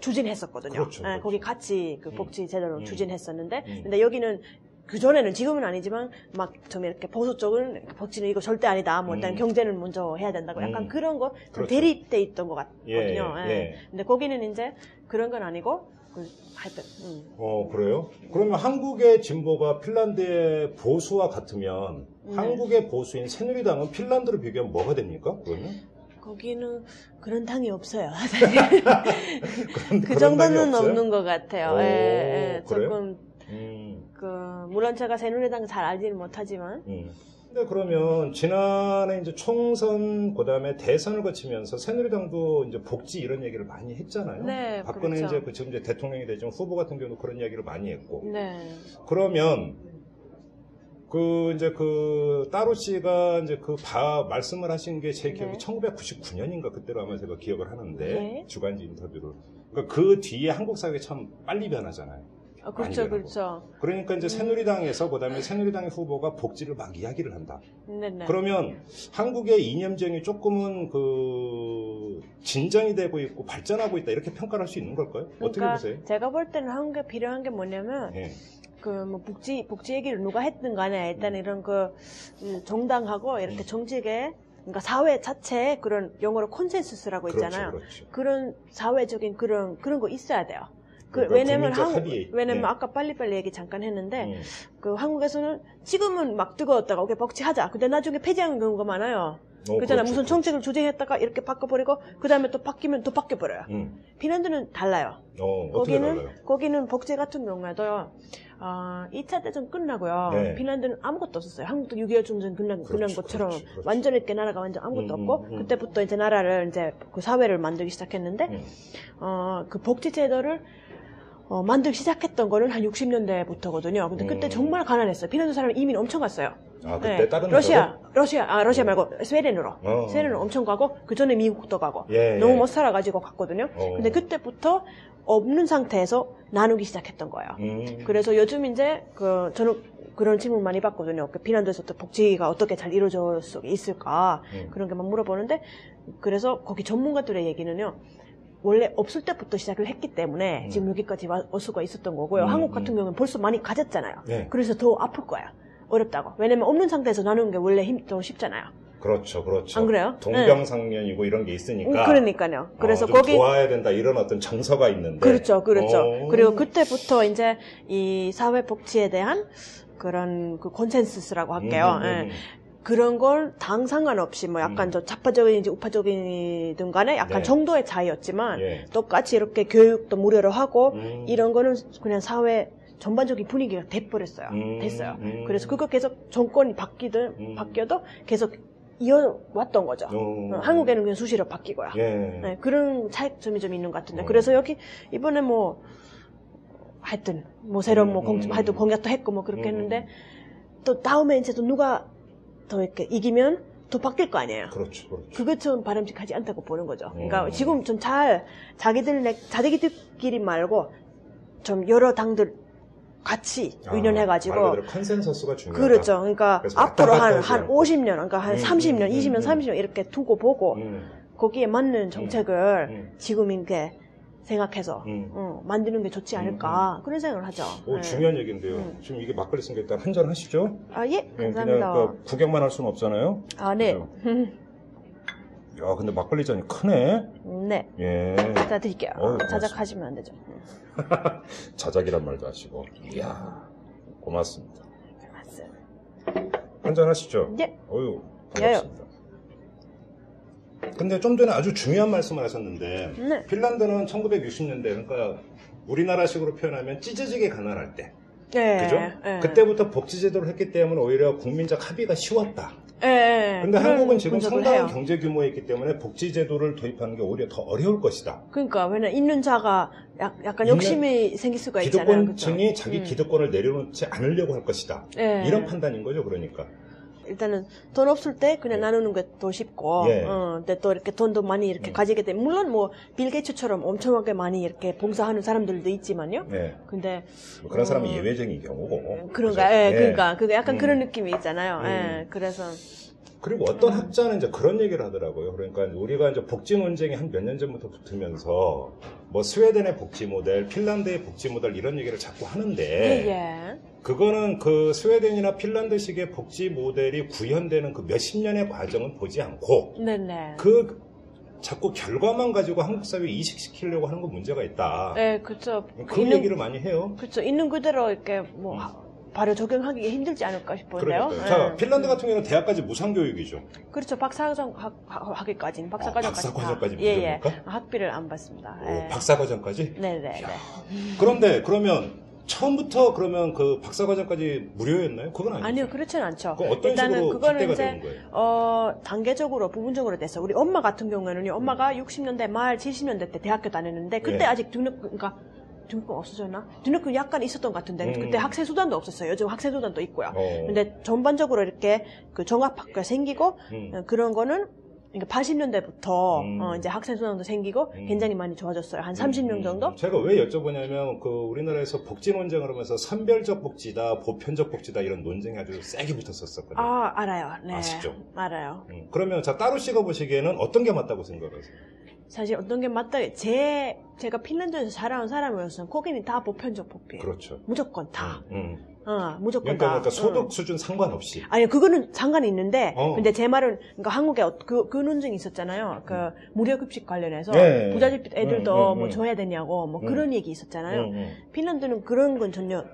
S5: 추진했었거든요.
S2: 그렇죠,
S5: 예,
S2: 그렇죠.
S5: 거기 같이 그 복지 제도를
S2: 음.
S5: 추진했었는데,
S2: 음.
S5: 근데 여기는 그 전에는 지금은 아니지만 막 정말 이렇게 보수 쪽은 복지는 이거 절대 아니다. 뭐 일단
S2: 음.
S5: 경제는 먼저 해야 된다고 약간
S2: 음.
S5: 그런 거좀
S2: 그렇죠.
S5: 대립돼 있던 것 같거든요.
S2: 예,
S5: 예.
S2: 예.
S5: 근데 거기는 이제 그런 건 아니고 그 하여튼 음.
S2: 어, 그래요? 그러면 한국의 진보가 핀란드의 보수와 같으면
S5: 네.
S2: 한국의 보수인 새누리당은 핀란드로 비교하면 뭐가 됩니까? 그러면?
S5: 거기는 그런 당이 없어요.
S2: 그런-
S5: 그
S2: 그런
S5: 정도는
S2: 당이 없어요?
S5: 없는 것 같아요.
S2: 오,
S5: 예, 예.
S2: 그래요?
S5: 조금
S2: 음,
S5: 그 물론 제가 새누리당 잘 알지는 못하지만
S2: 음. 근데 그러면 지난해 이제 총선 그다음에 대선을 거치면서 새누리당도 이제 복지 이런 얘기를 많이 했잖아요.
S5: 네,
S2: 박근혜
S5: 그렇죠.
S2: 이제 뭐 그 지금 이제 대통령이 되지만 후보 같은 경우도 그런 이야기를 많이 했고.
S5: 네.
S2: 그러면 그 이제 그 따로 씨가 이제 그 바 말씀을 하신 게 제 기억이
S5: 네.
S2: 1999년인가 그때로 아마 제가 기억을 하는데
S5: 네.
S2: 주간지 인터뷰를 그러니까 그 뒤에 한국 사회가 참 빨리 변하잖아요.
S5: 어,
S2: 많이
S5: 그렇죠,
S2: 변하고.
S5: 그렇죠.
S2: 그러니까 이제 새누리당에서 그다음에 새누리당의 후보가 복지를 막 이야기를 한다.
S5: 네, 네.
S2: 그러면 한국의 이념정이 조금은 그 진정이 되고 있고 발전하고 있다 이렇게 평가를 할 수 있는 걸까요? 어떻게
S5: 그러니까
S2: 보세요?
S5: 제가 볼 때는 한게 필요한 게 뭐냐면
S2: 예.
S5: 그 뭐 복지 복지 얘기를 누가 했든 간에 일단
S2: 음.
S5: 이런 그 음, 정당하고 이렇게
S2: 음.
S5: 정직에 그러니까 사회 자체에 그런 영어로 콘센서스라고 있잖아요.
S2: 그렇죠, 그렇죠.
S5: 그런 사회적인 그런 그런 거 있어야 돼요. 그
S2: 그러니까
S5: 왜냐면
S2: 국민적
S5: 한국
S2: 합의.
S5: 왜냐면
S2: 예.
S5: 아까 빨리빨리 얘기 잠깐 했는데
S2: 음.
S5: 그 한국에서는 지금은 막 뜨거웠다가 오케이 복지하자. 근데 나중에 폐지하는 경우가 많아요.
S2: 어,
S5: 그잖아
S2: 그렇죠,
S5: 무슨 정책을 조정했다가 이렇게 바꿔버리고 그 다음에 또 바뀌면 또 바뀌어버려요.
S2: 음.
S5: 핀란드는 달라요.
S2: 어, 어떻게 달라요?
S5: 거기는 거기는 복제 같은 경우에도요. 어, 2차 대전 끝나고요.
S2: 네.
S5: 핀란드는 아무것도 없었어요. 한국도 6.25 전쟁 끝난,
S2: 그렇죠,
S5: 끝난 것처럼
S2: 그렇죠, 그렇죠.
S5: 완전히 이렇게 나라가 완전 아무것도
S2: 음,
S5: 없고
S2: 음, 음.
S5: 그때부터 이제 나라를 이제 그 사회를 만들기 시작했는데
S2: 음.
S5: 어, 그 복지 제도를 어, 만들기 시작했던 거는 한 60년대부터거든요. 근데 그때
S2: 음.
S5: 정말 가난했어요. 핀란드 사람 이민 엄청 갔어요.
S2: 아, 그때
S5: 네.
S2: 다른
S5: 러시아,
S2: 나라로?
S5: 러시아, 아, 러시아
S2: 음.
S5: 말고 스웨덴으로.
S2: 어.
S5: 스웨덴은 엄청 가고 그 전에 미국도 가고
S2: 예, 예.
S5: 너무 못 살아가지고 갔거든요.
S2: 어.
S5: 근데 그때부터 없는 상태에서 나누기 시작했던 거예요.
S2: 음.
S5: 그래서 요즘 이제 그 저는 그런 질문 많이 받거든요. 그 핀란드에서 또 복지가 어떻게 잘 이루어져 있을까
S2: 음.
S5: 그런 게만 물어보는데 그래서 거기 전문가들의 얘기는요. 원래 없을 때부터 시작을 했기 때문에
S2: 음.
S5: 지금 여기까지 와- 올 수가 있었던 거고요.
S2: 음,
S5: 한국
S2: 음.
S5: 같은 경우는 벌써 많이 가졌잖아요.
S2: 네.
S5: 그래서 더 아플 거예요. 어렵다고. 왜냐면 없는 상태에서 나누는 게 원래 힘, 더 쉽잖아요.
S2: 그렇죠, 그렇죠.
S5: 안 그래요?
S2: 동병상련이고 이런 게 있으니까.
S5: 그러니까. 요
S2: 어,
S5: 그래서
S2: 좀
S5: 거기
S2: 도와야 된다 이런 어떤 정서가 있는데.
S5: 그렇죠, 그렇죠.
S2: 어.
S5: 그리고 그때부터 이제 이 사회 복지에 대한 그런 그 콘센서스라고 할게요.
S2: 음, 음, 음,
S5: 예. 그런 걸 당 상관없이 뭐 약간
S2: 음.
S5: 저 좌파적인지 우파적인이든 간에 약간
S2: 네.
S5: 정도의 차이였지만
S2: 예.
S5: 똑같이 이렇게 교육도 무료로 하고
S2: 음.
S5: 이런 거는 그냥 사회 전반적인 분위기가 돼버렸어요.
S2: 음,
S5: 됐어요.
S2: 음.
S5: 그래서 그거 계속 정권이 바뀌든
S2: 음.
S5: 바뀌어도 계속 이어왔던 거죠.
S2: 어.
S5: 어, 한국에는 그냥 수시로 바뀌고요.
S2: 예.
S5: 네, 그런 차이점이 좀 있는 것 같은데
S2: 음.
S5: 그래서 여기 이번에 뭐 하여튼 뭐 새로운 뭐 공,
S2: 음.
S5: 하여튼 공약도 했고 뭐 그렇게
S2: 음.
S5: 했는데 또 다음에 이제 또 누가 더 이렇게 이기면 더 바뀔 거 아니에요.
S2: 그렇죠, 그렇죠.
S5: 그것처럼 바람직하지 않다고 보는 거죠. 그러니까
S2: 음.
S5: 지금 좀 잘 자기들 내, 자기들끼리 말고 좀 여러 당들 같이
S2: 아,
S5: 의논해가지고
S2: 말 그대로 컨센서스가 중요하다.
S5: 그렇죠. 그러니까
S2: 그래서 왔다
S5: 앞으로
S2: 갔다
S5: 한,
S2: 하지
S5: 한
S2: 않고.
S5: 50년, 그러니까 한
S2: 음,
S5: 30년,
S2: 음,
S5: 20년,
S2: 음.
S5: 30년 이렇게 두고 보고
S2: 음,
S5: 거기에 맞는 정책을
S2: 음.
S5: 지금 이렇게 생각해서
S2: 음.
S5: 어, 만드는 게 좋지 않을까 그런 생각을 하죠.
S2: 오,
S5: 네.
S2: 중요한 얘기인데요.
S5: 음.
S2: 지금 이게 막걸리 생겼다 한잔 하시죠.
S5: 아, 예,
S2: 예,
S5: 감사합니다.
S2: 그냥 그 구경만 할 수는 없잖아요.
S5: 아, 네.
S2: 그죠? 야, 근데 막걸리 잔이 크네.
S5: 네.
S2: 예.
S5: 자, 드릴게요.
S2: 어우, 고맙습니다.
S5: 자작하시면 안 되죠. 음,
S2: 자작이란 말도 하시고. 이야, 고맙습니다.
S5: 고맙습니다.
S2: 한잔 하시죠.
S5: 예.
S2: 어유 반갑습니다. 근데 좀 전에 아주 중요한 말씀을 하셨는데
S5: 네.
S2: 핀란드는 1960년대 그러니까 우리나라식으로 표현하면 찢어지게 가난할 때
S5: 예,
S2: 그죠?
S5: 예.
S2: 그때부터 복지 제도를 했기 때문에 오히려 국민적 합의가 쉬웠다.
S5: 예, 예.
S2: 근데
S5: 그런
S2: 한국은 지금
S5: 분석을
S2: 상당한
S5: 해요.
S2: 경제 규모에 있기 때문에 복지 제도를 도입하는 게 오히려 더 어려울 것이다.
S5: 그러니까 왜냐 있는 자가 약, 약간
S2: 있는-
S5: 욕심이 생길 수가 있잖아요. 그죠?
S2: 기득권층이 자기
S5: 음.
S2: 기득권을 내려놓지 않으려고 할 것이다.
S5: 예.
S2: 이런 판단인 거죠, 그러니까.
S5: 일단은 돈 없을 때 그냥
S2: 예.
S5: 나누는 게 더 쉽고,
S2: 예.
S5: 어, 근데 또 이렇게 돈도 많이 이렇게
S2: 음.
S5: 가지게 되면 물론 뭐 빌 게이츠처럼 엄청나게 많이 이렇게 봉사하는 사람들도 있지만요.
S2: 예.
S5: 근데
S2: 뭐 그런 사람이
S5: 어.
S2: 예외적인 경우고.
S5: 그런가, 예,
S2: 그죠? 네.
S5: 그러니까 그게 약간
S2: 음.
S5: 그런 느낌이 있잖아요. 예,
S2: 음.
S5: 그래서
S2: 그리고 어떤 학자는 이제 그런 얘기를 하더라고요. 그러니까 우리가 이제 복지 논쟁이 한 몇 년 전부터 붙으면서 뭐 스웨덴의 복지 모델, 핀란드의 복지 모델 이런 얘기를 자꾸 하는데
S5: 예예.
S2: 그거는 그 스웨덴이나 핀란드식의 복지 모델이 구현되는 그 몇십 년의 과정은 보지 않고
S5: 네네.
S2: 그 자꾸 결과만 가지고 한국 사회에 이식시키려고 하는 건 문제가 있다.
S5: 네 그렇죠.
S2: 그런 얘기를 많이 해요.
S5: 그렇죠. 있는 그대로 이렇게 뭐
S2: 음.
S5: 하- 바로 적용하기 힘들지 않을까 싶은데요.
S2: 그러니까요.
S5: 예.
S2: 자, 핀란드 같은 경우는 대학까지 무상교육이죠. 어,
S5: 그렇죠. 박사과정 학- 학- 학위까지는 박사과정까지. 다.
S2: 박사과정까지
S5: 예, 예.
S2: 무상입니까?
S5: 학비를 안 받습니다. 예.
S2: 오, 박사과정까지?
S5: 네네.
S2: 그런데 그러면 처음부터 그러면 그 박사과정까지 무료였나요? 그건 아니죠.
S5: 아니요, 그렇진 않죠.
S2: 그럼 어떤 식으로 확대가 되는 거예요?
S5: 어, 단계적으로, 부분적으로 돼서, 우리 엄마 같은 경우에는요, 엄마가 60년대 말, 70년대 때 대학교 다녔는데, 그때
S2: 음. 예.
S5: 아직 등록, 그러니까, 등록금 없어졌나? 등록금 약간 있었던 것 같은데,
S2: 음.
S5: 그때 학생수단도 없었어요. 요즘 학생수단도 있고요.
S2: 어,
S5: 근데 전반적으로 이렇게 그 종합학교가 생기고,
S2: 음.
S5: 어, 그런 거는 그러니까 80년대부터 어,
S2: 음.
S5: 이제 학생 수당도 생기고
S2: 음.
S5: 굉장히 많이 좋아졌어요.
S2: 음,
S5: 한 30명 정도?
S2: 제가 왜 여쭤보냐면 그 우리나라에서 복지 논쟁을 하면서 선별적 복지다, 보편적 복지다 이런 논쟁이 아주 세게 붙었었거든요.
S5: 아 알아요. 네.
S2: 아시죠?
S5: 알아요.
S2: 음, 그러면 자 따로 씹어 보시기에는 어떤 게 맞다고 생각하세요?
S5: 사실 어떤 게 맞다. 제 제가 핀란드에서 자라온 사람으로서는 거기는 다 보편적 복비예요.
S2: 그렇죠.
S5: 무조건 다.
S2: 음, 음.
S5: 어, 무조건
S2: 그러니까,
S5: 다.
S2: 그러니까 소득
S5: 응.
S2: 수준 상관없이.
S5: 아니 그거는 상관이 있는데
S2: 어.
S5: 근데 제 말은 그러니까 한국에 어- 그, 그 논쟁이 있었잖아요 그 무료 급식 관련해서
S2: 음. 네.
S5: 부잣집
S2: 응,
S5: 애들도
S2: 응,
S5: 뭐
S2: 응.
S5: 줘야 되냐고 뭐
S2: 응.
S5: 그런 얘기 있었잖아요
S2: 음, 음.
S5: 핀란드는 그런 건 전혀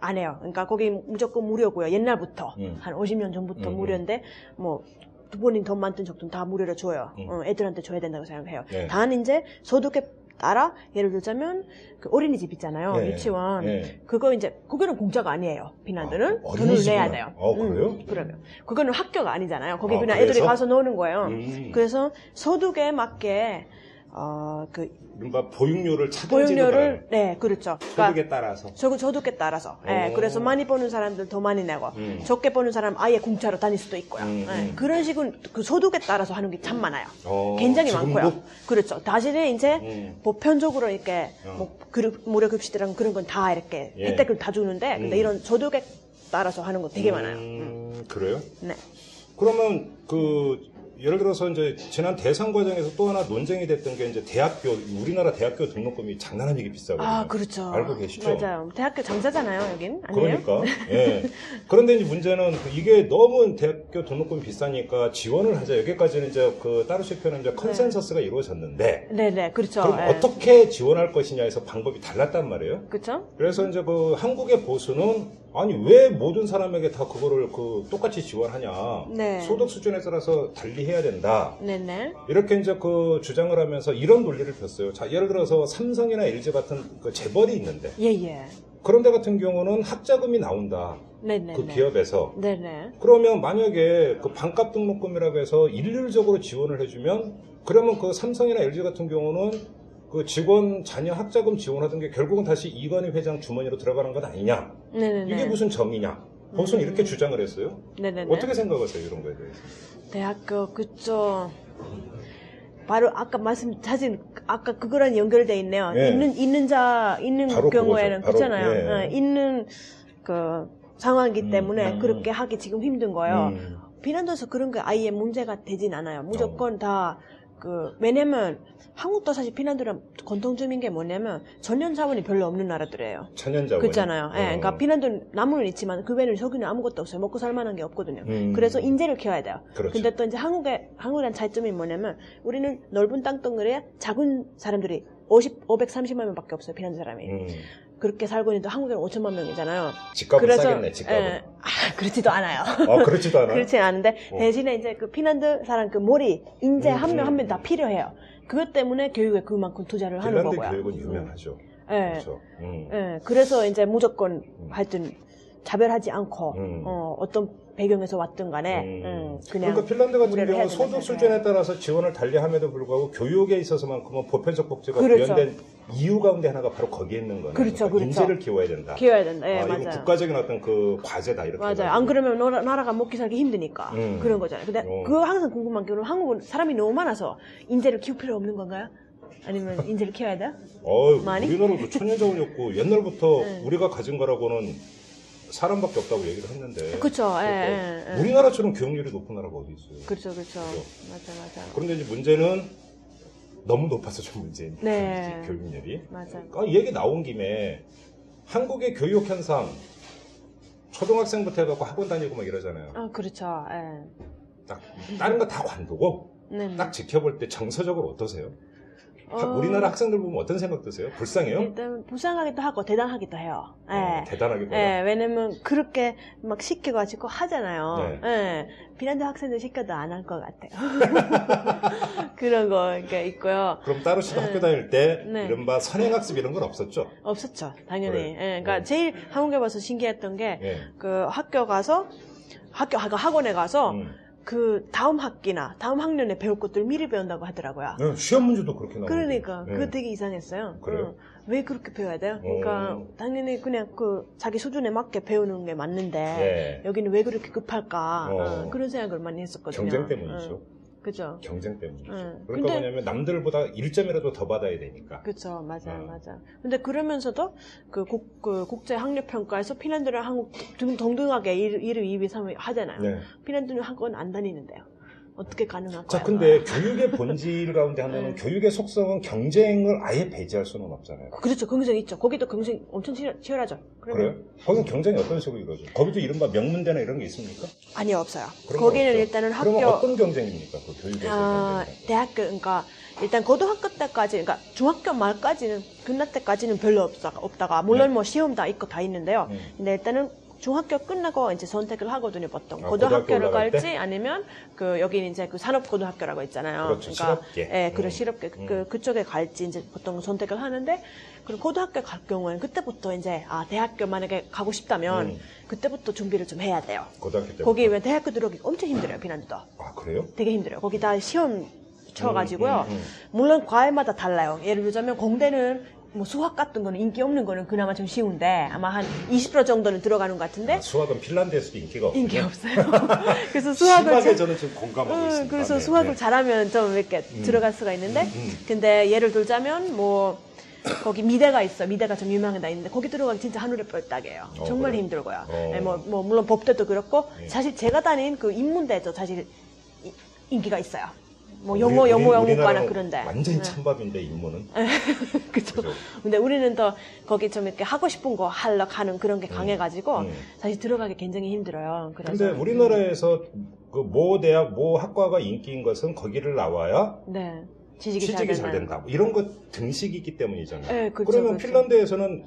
S5: 안 해요. 그러니까 거기 무조건 무료고요. 옛날부터
S2: 음.
S5: 한 50년 전부터
S2: 음,
S5: 무료인데 뭐 본인 돈 많든 적든 다 무료로 줘요.
S2: 음.
S5: 어, 애들한테 줘야 된다고 생각해요.
S2: 네.
S5: 단 이제 소득에 따라 예를 들자면 그 어린이집 있잖아요.
S2: 예,
S5: 유치원
S2: 예.
S5: 그거 이제 그거는 공짜가 아니에요. 핀란드는
S2: 아,
S5: 돈을
S2: 어린이집이나.
S5: 내야 돼요. 음,
S2: 어, 그래요?
S5: 그러면 그거는 학교가 아니잖아요. 거기
S2: 아,
S5: 그냥
S2: 그래서?
S5: 애들이 가서 노는 거예요.
S2: 음.
S5: 어. 그래서 소득에 맞게 어, 그
S2: 뭔가 보육료를 차등지는
S5: 보육료를 네 그렇죠. 그러니까
S2: 소득에 따라서.
S5: 저도 저도께 따라서.
S2: 오.
S5: 예, 그래서 많이 버는 사람들 더 많이 내고
S2: 음.
S5: 적게 버는 사람 아예 공짜로 다닐 수도 있고요.
S2: 음,
S5: 예,
S2: 음.
S5: 그런 식으로 그 소득에 따라서 하는 게 참 많아요.
S2: 어,
S5: 굉장히
S2: 지금도?
S5: 많고요. 그렇죠. 다시는 이제
S2: 음.
S5: 뭐 보편적으로 이렇게
S2: 어.
S5: 뭐 그룹, 무료 급식이랑 그런 건 다 이렇게
S2: 예.
S5: 혜택을 다 주는데 근데
S2: 음.
S5: 이런 소득에 따라서 하는 거 되게 많아요. 음.
S2: 음, 그래요?
S5: 네.
S2: 그러면 그 예를 들어서 이제 지난 대선 과정에서 또 하나 논쟁이 됐던 게 이제 대학교 우리나라 대학교 등록금이 장난 아니게 비싸거든요.
S5: 아 그렇죠.
S2: 알고 계시죠?
S5: 맞아요. 대학교 장사잖아요, 여긴 아니에요?
S2: 그러니까 예. 그런데 이제 문제는 그 이게 너무 대학교 등록금 비싸니까 지원을 하자 여기까지는 이제 그 따로 실표는 이제 컨센서스가 이루어졌는데
S5: 네네 네. 그렇죠.
S2: 그럼
S5: 예.
S2: 어떻게 지원할 것이냐에서 방법이 달랐단 말이에요.
S5: 그렇죠?
S2: 그래서 이제 그 한국의 보수는 아니 왜 모든 사람에게 다 그거를 그 똑같이 지원하냐
S5: 네.
S2: 소득 수준에 따라서 달리 해야 된다
S5: 네네.
S2: 이렇게 이제 그 주장을 하면서 이런 논리를 폈어요. 자 예를 들어서 삼성이나 LG 같은 그 재벌이 있는데
S5: 예예.
S2: 그런데 같은 경우는 학자금이 나온다
S5: 네네.
S2: 그 기업에서
S5: 네네.
S2: 그러면 만약에 그 반값 등록금이라고 해서 일률적으로 지원을 해주면 그러면 그 삼성이나 LG 같은 경우는 그 직원 자녀 학자금 지원하던 게 결국은 다시 이건희 회장 주머니로 들어가는 건 아니냐
S5: 네네네. 음.
S2: 이게 무슨 정의냐? 보수는 이렇게 주장을 했어요.
S5: 네네네.
S2: 어떻게 생각하세요 이런 거에 대해서?
S5: 대학교 그쪽 바로 아까 말씀 사실 아까 그거랑 연결돼 있네요.
S2: 예.
S5: 있는 있는 자 있는
S2: 바로
S5: 경우에는
S2: 그거죠. 바로,
S5: 그렇잖아요.
S2: 예.
S5: 어, 있는 그 상황이기
S2: 음,
S5: 때문에
S2: 음.
S5: 그렇게 하기 지금 힘든 거예요.
S2: 음.
S5: 비난도에서 그런 게 아예 문제가 되진 않아요. 무조건
S2: 어.
S5: 다. 그 왜냐면 한국도 사실 피난도랑 공통점인 게 뭐냐면 전년 자원이 별로 없는 나라들이에요.
S2: 천연자원.
S5: 그렇잖아요. 예,
S2: 어.
S5: 그러니까 피난돈 나무는 있지만 그 외에는 석유는 아무것도 없어요. 먹고 살 만한 게 없거든요.
S2: 음.
S5: 그래서 인재를 키워야 돼요.
S2: 그렇죠.
S5: 근데 또 이제 한국의 한국이란 차이점이 뭐냐면 우리는 넓은 땅덩어리에 작은 사람들이 50, 530만 명밖에 없어요. 피난 사람이.
S2: 음.
S5: 그렇게 살고 있는데 한국에는 5천만 명이잖아요.
S2: 집값은
S5: 그래서
S2: 싸겠네 집값은.
S5: 예, 아, 그렇지도 않아요.
S2: 아 그렇지도 않아요.
S5: 그렇지 않은데
S2: 어.
S5: 대신에 이제 그 피난드 사람 그 머리 인재
S2: 음,
S5: 한 명
S2: 음.
S5: 한 명 다 필요해요. 그것 때문에 교육에 그만큼 투자를 하는
S2: 핀란드
S5: 거고요.
S2: 교육은 유명하죠.
S5: 음. 예.
S2: 그렇죠. 음.
S5: 예, 그래서 이제 무조건
S2: 음.
S5: 하여튼 차별하지 않고
S2: 음.
S5: 어, 떤 배경에서 왔든 간에
S2: 음.
S5: 음, 그냥
S2: 그러니까 핀란드 같은
S5: 우려를 해야
S2: 경우는 소득
S5: 된다는
S2: 수준에 따라서 지원을 달리함에도 불구하고 교육에 있어서만큼은 보편적 복지가
S5: 그렇죠.
S2: 구현된 이유 가운데 하나가 바로 거기에 있는 거예요. 그러니까
S5: 그렇죠, 그렇죠.
S2: 인재를 키워야 된다.
S5: 키워야 된다. 예,
S2: 아, 이건
S5: 맞아요.
S2: 국가적인 어떤 그 과제다 이렇게.
S5: 맞아요.
S2: 해가지고.
S5: 안 그러면 나라, 가 먹기 살기 힘드니까
S2: 음.
S5: 그런 거잖아요. 근데
S2: 어.
S5: 그거 항상 궁금한 게 그럼 한국은 사람이 너무 많아서 인재를 키울 필요 없는 건가요? 아니면 인재를 키워야 돼요?
S2: 어유
S5: 많이?
S2: 우리나라도 천연자원이었고 옛날부터
S5: 네.
S2: 우리가 가진 거라고는 사람밖에 없다고 얘기를 했는데
S5: 그렇죠. 예,
S2: 그러니까
S5: 예, 예.
S2: 우리나라처럼 기억률이 높은 나라가 어디 있어요?
S5: 그렇죠, 그렇죠. 맞아, 맞아.
S2: 그런데 이제 문제는 너무 높아서 좀 문제인
S5: 네.
S2: 거지, 교육률이.
S5: 맞아.
S2: 아, 이 얘기 나온 김에 한국의 교육 현상 초등학생부터 해갖고 학원 다니고 막 이러잖아요.
S5: 아, 그렇죠. 예.
S2: 딱 다른 거 다 관두고
S5: 네.
S2: 딱 지켜볼 때 정서적으로 어떠세요? 하-
S5: 어,
S2: 아, 우리나라 학생들 보면 어떤 생각 드세요? 불쌍해요?
S5: 일단 불쌍하기도 하고 대단하기도 해요. 예.
S2: 어, 대단하게
S5: 예,
S2: 보여.
S5: 왜냐면 그렇게 막 시켜가지고
S2: 네.
S5: 하잖아요. 예, 비난도 학생들 시켜도 안 할 것 같아요. 그런 거 그러니까 있고요.
S2: 그럼 따로씨도
S5: 네.
S2: 학교 다닐 때
S5: 네.
S2: 이른바 선행학습 이런 건 없었죠?
S5: 없었죠, 당연히.
S2: 그래.
S5: 예, 그러니까
S2: 네.
S5: 제일 한국에 와서 신기했던 게
S2: 예.
S5: 그 학교 가서 학교 그 학- 학원에 가서
S2: 음.
S5: 그 다음 학기나 다음 학년에 배울 것들 미리 배운다고 하더라고요.
S2: 네, 시험 문제도 그렇게 나오고.
S5: 그러니까
S2: 네.
S5: 그거 되게 이상했어요.
S2: 그래요? 어.
S5: 응. 왜 그렇게 배워야 돼요? 그러니까
S2: 오.
S5: 당연히 그냥 그 자기 수준에 맞게 배우는 게 맞는데
S2: 예.
S5: 여기는 왜 그렇게 급할까
S2: 어.
S5: 어, 그런 생각을 많이 했었거든요.
S2: 경쟁 때문이죠.
S5: 응, 그죠.
S2: 경쟁 때문이죠.
S5: 응.
S2: 그러니까
S5: 근데-
S2: 뭐냐면 남들보다 1점이라도 더 받아야 되니까.
S5: 그죠, 맞아요,
S2: 어.
S5: 맞아. 근데 그러면서도 그, 국, 그 국제 학력 평가에서 피난들은 한국 등 동등하게 1, 1위, 2위, 3위 하잖아요.
S2: 네.
S5: 피난들은 학원 안 다니는데요. 어떻게 가능할까요?
S2: 자, 근데 교육의 본질 가운데 하나는
S5: 아, 네.
S2: 교육의 속성은 경쟁을 아예 배제할 수는 없잖아요.
S5: 그렇죠, 경쟁 있죠. 거기도 경쟁 엄청 치열, 치열하죠. 그러면
S2: 그래요? 거기는 경쟁이 어떤 식으로 이루어져요? 거기도 이른바 명문대나 이런 게 있습니까?
S5: 아니요, 없어요.
S2: 그런 거
S5: 거기는
S2: 없죠?
S5: 일단은 학교
S2: 그러면 어떤 경쟁입니까? 그 교육에서
S5: 아, 대학교, 그러니까, 일단 고등학교 때까지, 그러니까 중학교 말까지는, 끝날 때까지는 별로 없다, 없다가, 물론
S2: 네.
S5: 뭐 시험 다 있고 다 있는데요.
S2: 네.
S5: 근데 일단은 중학교 끝나고 이제 선택을 하거든요, 보통.
S2: 아,
S5: 고등학교를
S2: 고등학교 올라갈
S5: 갈지 아니면 그, 여기 이제 그 산업고등학교라고 있잖아요.
S2: 그렇죠, 실업계.
S5: 예, 그런
S2: 음.
S5: 실업계, 그,
S2: 음.
S5: 그쪽에 갈지 이제 보통 선택을 하는데, 그리고 고등학교 갈 경우에는 그때부터 이제, 아, 대학교 만약에 가고 싶다면,
S2: 음.
S5: 그때부터 준비를 좀 해야 돼요.
S2: 고등학교 때.
S5: 거기 왜 대학교 들어오기 엄청 힘들어요, 비난도.
S2: 아, 그래요?
S5: 되게 힘들어요. 거기 다 시험 쳐가지고요.
S2: 음, 음, 음.
S5: 물론 과외마다 달라요. 예를 들자면 공대는 뭐 수학 같은 거는 인기 없는 거는 그나마 좀 쉬운데 아마 한 20% 정도는 들어가는 것 같은데
S2: 아, 수학은 핀란드에서도 인기가 없어요.
S5: 인기 없어요. 그래서 수학을
S2: 심하게
S5: 잘-
S2: 저는 지금 공감하고
S5: 응,
S2: 있습니다.
S5: 음, 그래서
S2: 네,
S5: 수학을
S2: 네.
S5: 잘하면 좀 이렇게
S2: 음.
S5: 들어갈 수가 있는데
S2: 음.
S5: 근데 예를 들자면 뭐 거기 미대가 있어. 미대가 좀 유명한 데 있는데 거기 들어가기 진짜 하늘의 뻘딱이에요.
S2: 어,
S5: 정말
S2: 그래요?
S5: 힘들고요.
S2: 어.
S5: 네, 뭐, 뭐 물론 법대도 그렇고
S2: 예.
S5: 사실 제가 다닌 그 인문대도 사실 이- 인기가 있어요. 뭐
S2: 우리-
S5: 영어
S2: 우리-
S5: 영어 영어과나
S2: 우리나라는
S5: 그런데
S2: 완전히
S5: 네.
S2: 찬밥인데 인문은
S5: 그죠.
S2: 그죠.
S5: 근데 우리는 더 거기 좀 이렇게 하고 싶은 거 하려 하는 그런 게 강해가지고
S2: 음.
S5: 사실 들어가기 굉장히 힘들어요. 그래서
S2: 근데 우리나라에서 그 모 대학 모 학과가 인기인 것은 거기를 나와야
S5: 네 지식이,
S2: 취직이 잘
S5: 되는.
S2: 된다. 뭐 이런 것 등식이 있기 때문이잖아요.
S5: 네, 그렇죠,
S2: 러면
S5: 그렇죠.
S2: 핀란드에서는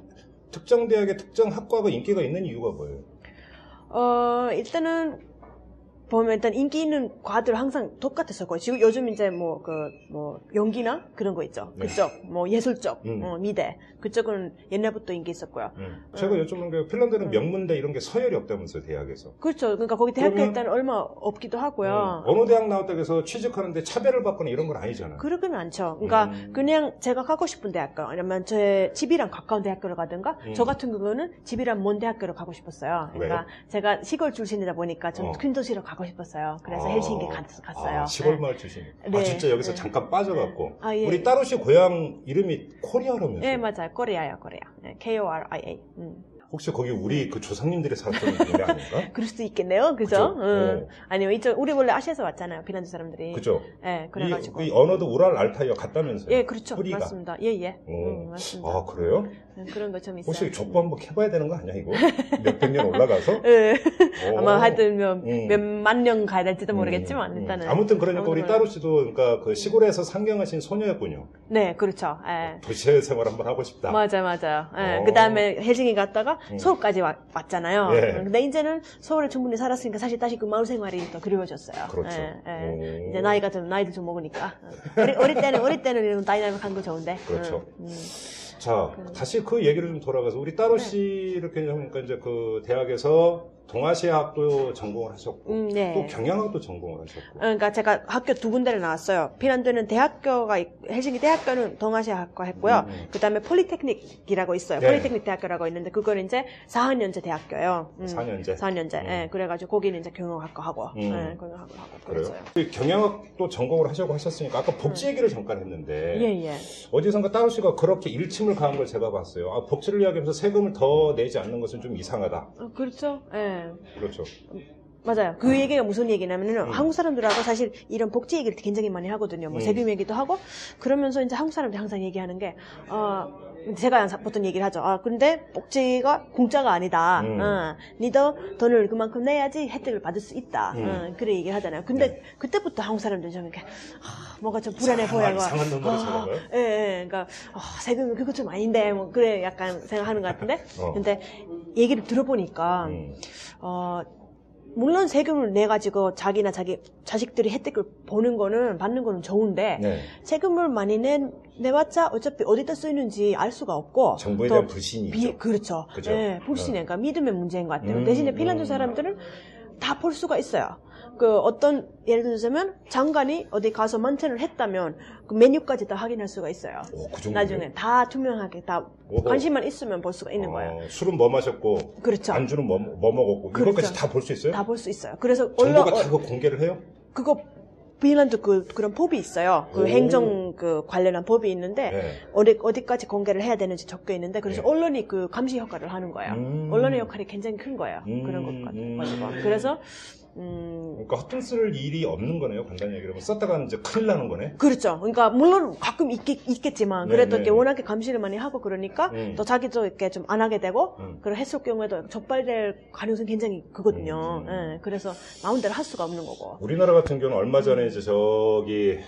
S2: 특정 대학의 특정 학과가 인기가 있는 이유가 뭐예요?
S5: 어, 일단은 보면 일단 인기 있는 과들 항상 똑같았을 거예요. 지금 요즘 이제 뭐 그 뭐 연기나 그런 거 있죠.
S2: 네.
S5: 그쪽 뭐 예술 쪽,
S2: 음.
S5: 어, 미대 그쪽은 옛날부터 인기 있었고요.
S2: 제가
S5: 네.
S2: 여쭤본 게 핀란드는 명문대 이런 게 서열이 없다면서요 대학에서.
S5: 그렇죠. 그러니까 거기 대학교
S2: 그러면-
S5: 일단 얼마 없기도 하고요.
S2: 음, 어느 대학 나왔다 해서 취직하는데 차별을 받거나 이런 건 아니잖아요.
S5: 그러진 않죠. 그러니까
S2: 음.
S5: 그냥 제가 가고 싶은 대학교, 아니면 제 집이랑 가까운 대학교를 가든가,
S2: 음.
S5: 저 같은 경우는 집이랑 먼 대학교를 가고 싶었어요. 그러니까
S2: 왜요?
S5: 제가 시골 출신이다 보니까 좀
S2: 어.
S5: 큰 도시로 가고 싶었어요. 그래서
S2: 아,
S5: 헬싱키 갔- 갔어요.
S2: 아, 시골 마을 출신. 아
S5: 네.
S2: 진짜 여기서
S5: 네.
S2: 잠깐 빠져갖고
S5: 아, 예.
S2: 우리 따로 씨 고향 이름이 코리아라면서요?
S5: 예, 맞아요. 코리아요, 코리아. 네, K-O-R-I-A. 음.
S2: 혹시 거기 우리 그 조상님들이 살았던 동네 아닌가?
S5: 그럴 수도 있겠네요. 그죠?
S2: 그죠?
S5: 음.
S2: 어.
S5: 아니면 이쪽, 우리 원래 아시아에서 왔잖아요. 피난주 사람들이.
S2: 그죠?
S5: 예,
S2: 이,
S5: 그래가지고.
S2: 그 언어도 우랄 알타이어 같다면서요?
S5: 예, 그렇죠.
S2: 뿌리가.
S5: 맞습니다. 예, 예.
S2: 오.
S5: 음, 맞습니다.
S2: 아 그래요?
S5: 음, 그런 거 좀 있어요.
S2: 혹시 족보 한번 캐봐야 되는 거 아니야 이거? 몇백 년 올라가서?
S5: 예.
S2: 오.
S5: 아마 하여튼 몇,
S2: 음.
S5: 몇 만 년 가야 될지도
S2: 음,
S5: 모르겠지만,
S2: 음.
S5: 일단은.
S2: 아무튼 그러니까
S5: 아무튼
S2: 우리
S5: 몰라요.
S2: 따로 씨도 그러니까 그 시골에서 상경하신 소녀였군요.
S5: 네, 그렇죠. 예.
S2: 도시의 생활 한번 하고 싶다.
S5: 맞아, 맞아요.
S2: 오.
S5: 그 다음에 헬싱키 갔다가
S2: 어. 음.
S5: 서울까지 왔, 잖아요
S2: 예.
S5: 근데 이제는 서울에 충분히 살았으니까 사실 다시 그 마을 생활이 또 그리워졌어요.
S2: 그렇죠.
S5: 예, 예.
S2: 오.
S5: 이제 나이가 좀, 나이도 좀 먹으니까. 어릴, 어릴 때는, 어릴 때는 이런 다이나믹한 거 좋은데.
S2: 그렇죠.
S5: 음, 음. 네.
S2: 자, 다시 그 얘기를 좀 돌아가서 우리 따로 씨 이렇게 하니까 이제 그 그러니까 대학에서 동아시아학도 전공을 하셨고
S5: 음, 네.
S2: 또 경영학도 전공을 하셨고
S5: 그러니까 제가 학교 두 군데를 나왔어요. 핀란드는 대학교가 있- 헬싱키 대학교는 동아시아학과 했고요.
S2: 음.
S5: 그다음에 폴리테크닉이라고 있어요.
S2: 네.
S5: 폴리테크닉 대학교라고 있는데 그건 이제 4학년제 대학교예요. 음.
S2: 4년제
S5: 4학년제.
S2: 음.
S5: 예, 그래가지고 거기는 이제 경영학과 하고,
S2: 음.
S5: 예, 경영학과 하고
S2: 그래요?
S5: 그랬어요.
S2: 그 경영학도 전공을 하셨고 하셨으니까 아까 복지 얘기를 잠깐 했는데
S5: 음. 예, 예.
S2: 어디선가 따로 씨가 그렇게 일침을 가한 걸 제가 봤어요. 아, 복지를 이야기하면서 세금을 더 내지 않는 것은 좀 이상하다.
S5: 어, 그렇죠. 예.
S2: 그렇죠.
S5: 맞아요. 그
S2: 네.
S5: 얘기가 무슨 얘기냐면은
S2: 음.
S5: 한국 사람들하고 사실 이런 복지 얘기를 굉장히 많이 하거든요. 뭐
S2: 음.
S5: 세금 얘기도 하고 그러면서 이제 한국 사람들이 항상 얘기하는 게 어, 제가 항상 보통 얘기를 하죠. 아 근데 복지가 공짜가 아니다.
S2: 음.
S5: 어, 니도 돈을 그만큼 내야지 혜택을 받을 수 있다.
S2: 음.
S5: 어, 그래 얘기를 하잖아요. 근데 그때부터 한국 사람들이 좀 이렇게 아, 뭔가 좀 불안해
S2: 네. 이상한-
S5: 보여요.
S2: 이상한 놈으로 생각해요?
S5: 예, 예, 그러니까 아, 세금이 그것 좀 아닌데 뭐 그래 약간 생각하는 것 같은데.
S2: 어.
S5: 근데 얘기를 들어보니까
S2: 음.
S5: 어, 물론 세금을 내 가지고 자기나 자기 자식들이 혜택을 보는 거는 받는 거는 좋은데
S2: 네.
S5: 세금을 많이 내, 내왔자 어차피 어디다 쓰이는지 알 수가 없고
S2: 정부에
S5: 더
S2: 대한 불신이
S5: 비,
S2: 있죠. 어,
S5: 그렇죠.
S2: 그죠? 어.
S5: 예, 불신에 그러니까 믿음의 문제인 것 같아요.
S2: 음,
S5: 대신에 핀란드
S2: 음.
S5: 사람들은 다 볼 수가 있어요. 그 어떤 예를 들자면 장관이 어디 가서 만찬을 했다면 그 메뉴까지 다 확인할 수가 있어요.
S2: 오, 그 정도.
S5: 나중에 다 투명하게 다
S2: 오호.
S5: 관심만 있으면 볼 수가 있는 거예요.
S2: 술은 뭐 마셨고,
S5: 그렇죠.
S2: 안주는 뭐, 뭐 먹었고,
S5: 그렇죠.
S2: 이것까지 다 볼 수 있어요?
S5: 다 볼 수 있어요. 그래서
S2: 정부가
S5: 얼른-
S2: 다 그거 공개를 해요?
S5: 그거 핀란드 그 그런 법이 있어요. 그
S2: 오.
S5: 행정 그 관련한 법이 있는데
S2: 네.
S5: 어디 어디까지 공개를 해야 되는지 적혀 있는데 그래서
S2: 네.
S5: 언론이 그 감시 효과를 하는 거예요.
S2: 음.
S5: 언론의 역할이 굉장히 큰 거예요.
S2: 음,
S5: 그런 것 같-
S2: 음.
S5: 가지고 그래서 음
S2: 그러니까 헛돈 쓸 일이 없는 거네요, 간단히 얘기하면. 썼다가 이제 큰일 나는 거네?
S5: 그렇죠. 그러니까 물론 가끔 있겠, 지만
S2: 네,
S5: 그래도
S2: 네.
S5: 이렇게 워낙에 감시를 많이 하고 그러니까
S2: 음.
S5: 또 자기도 이렇게 좀 안 하게 되고
S2: 음.
S5: 그런 했을 경우에도 적발될 가능성 이 굉장히 크거든요.
S2: 음.
S5: 예, 그래서 마음대로 할 수가 없는 거고.
S2: 우리나라 같은 경우는 얼마 전에 이제 저기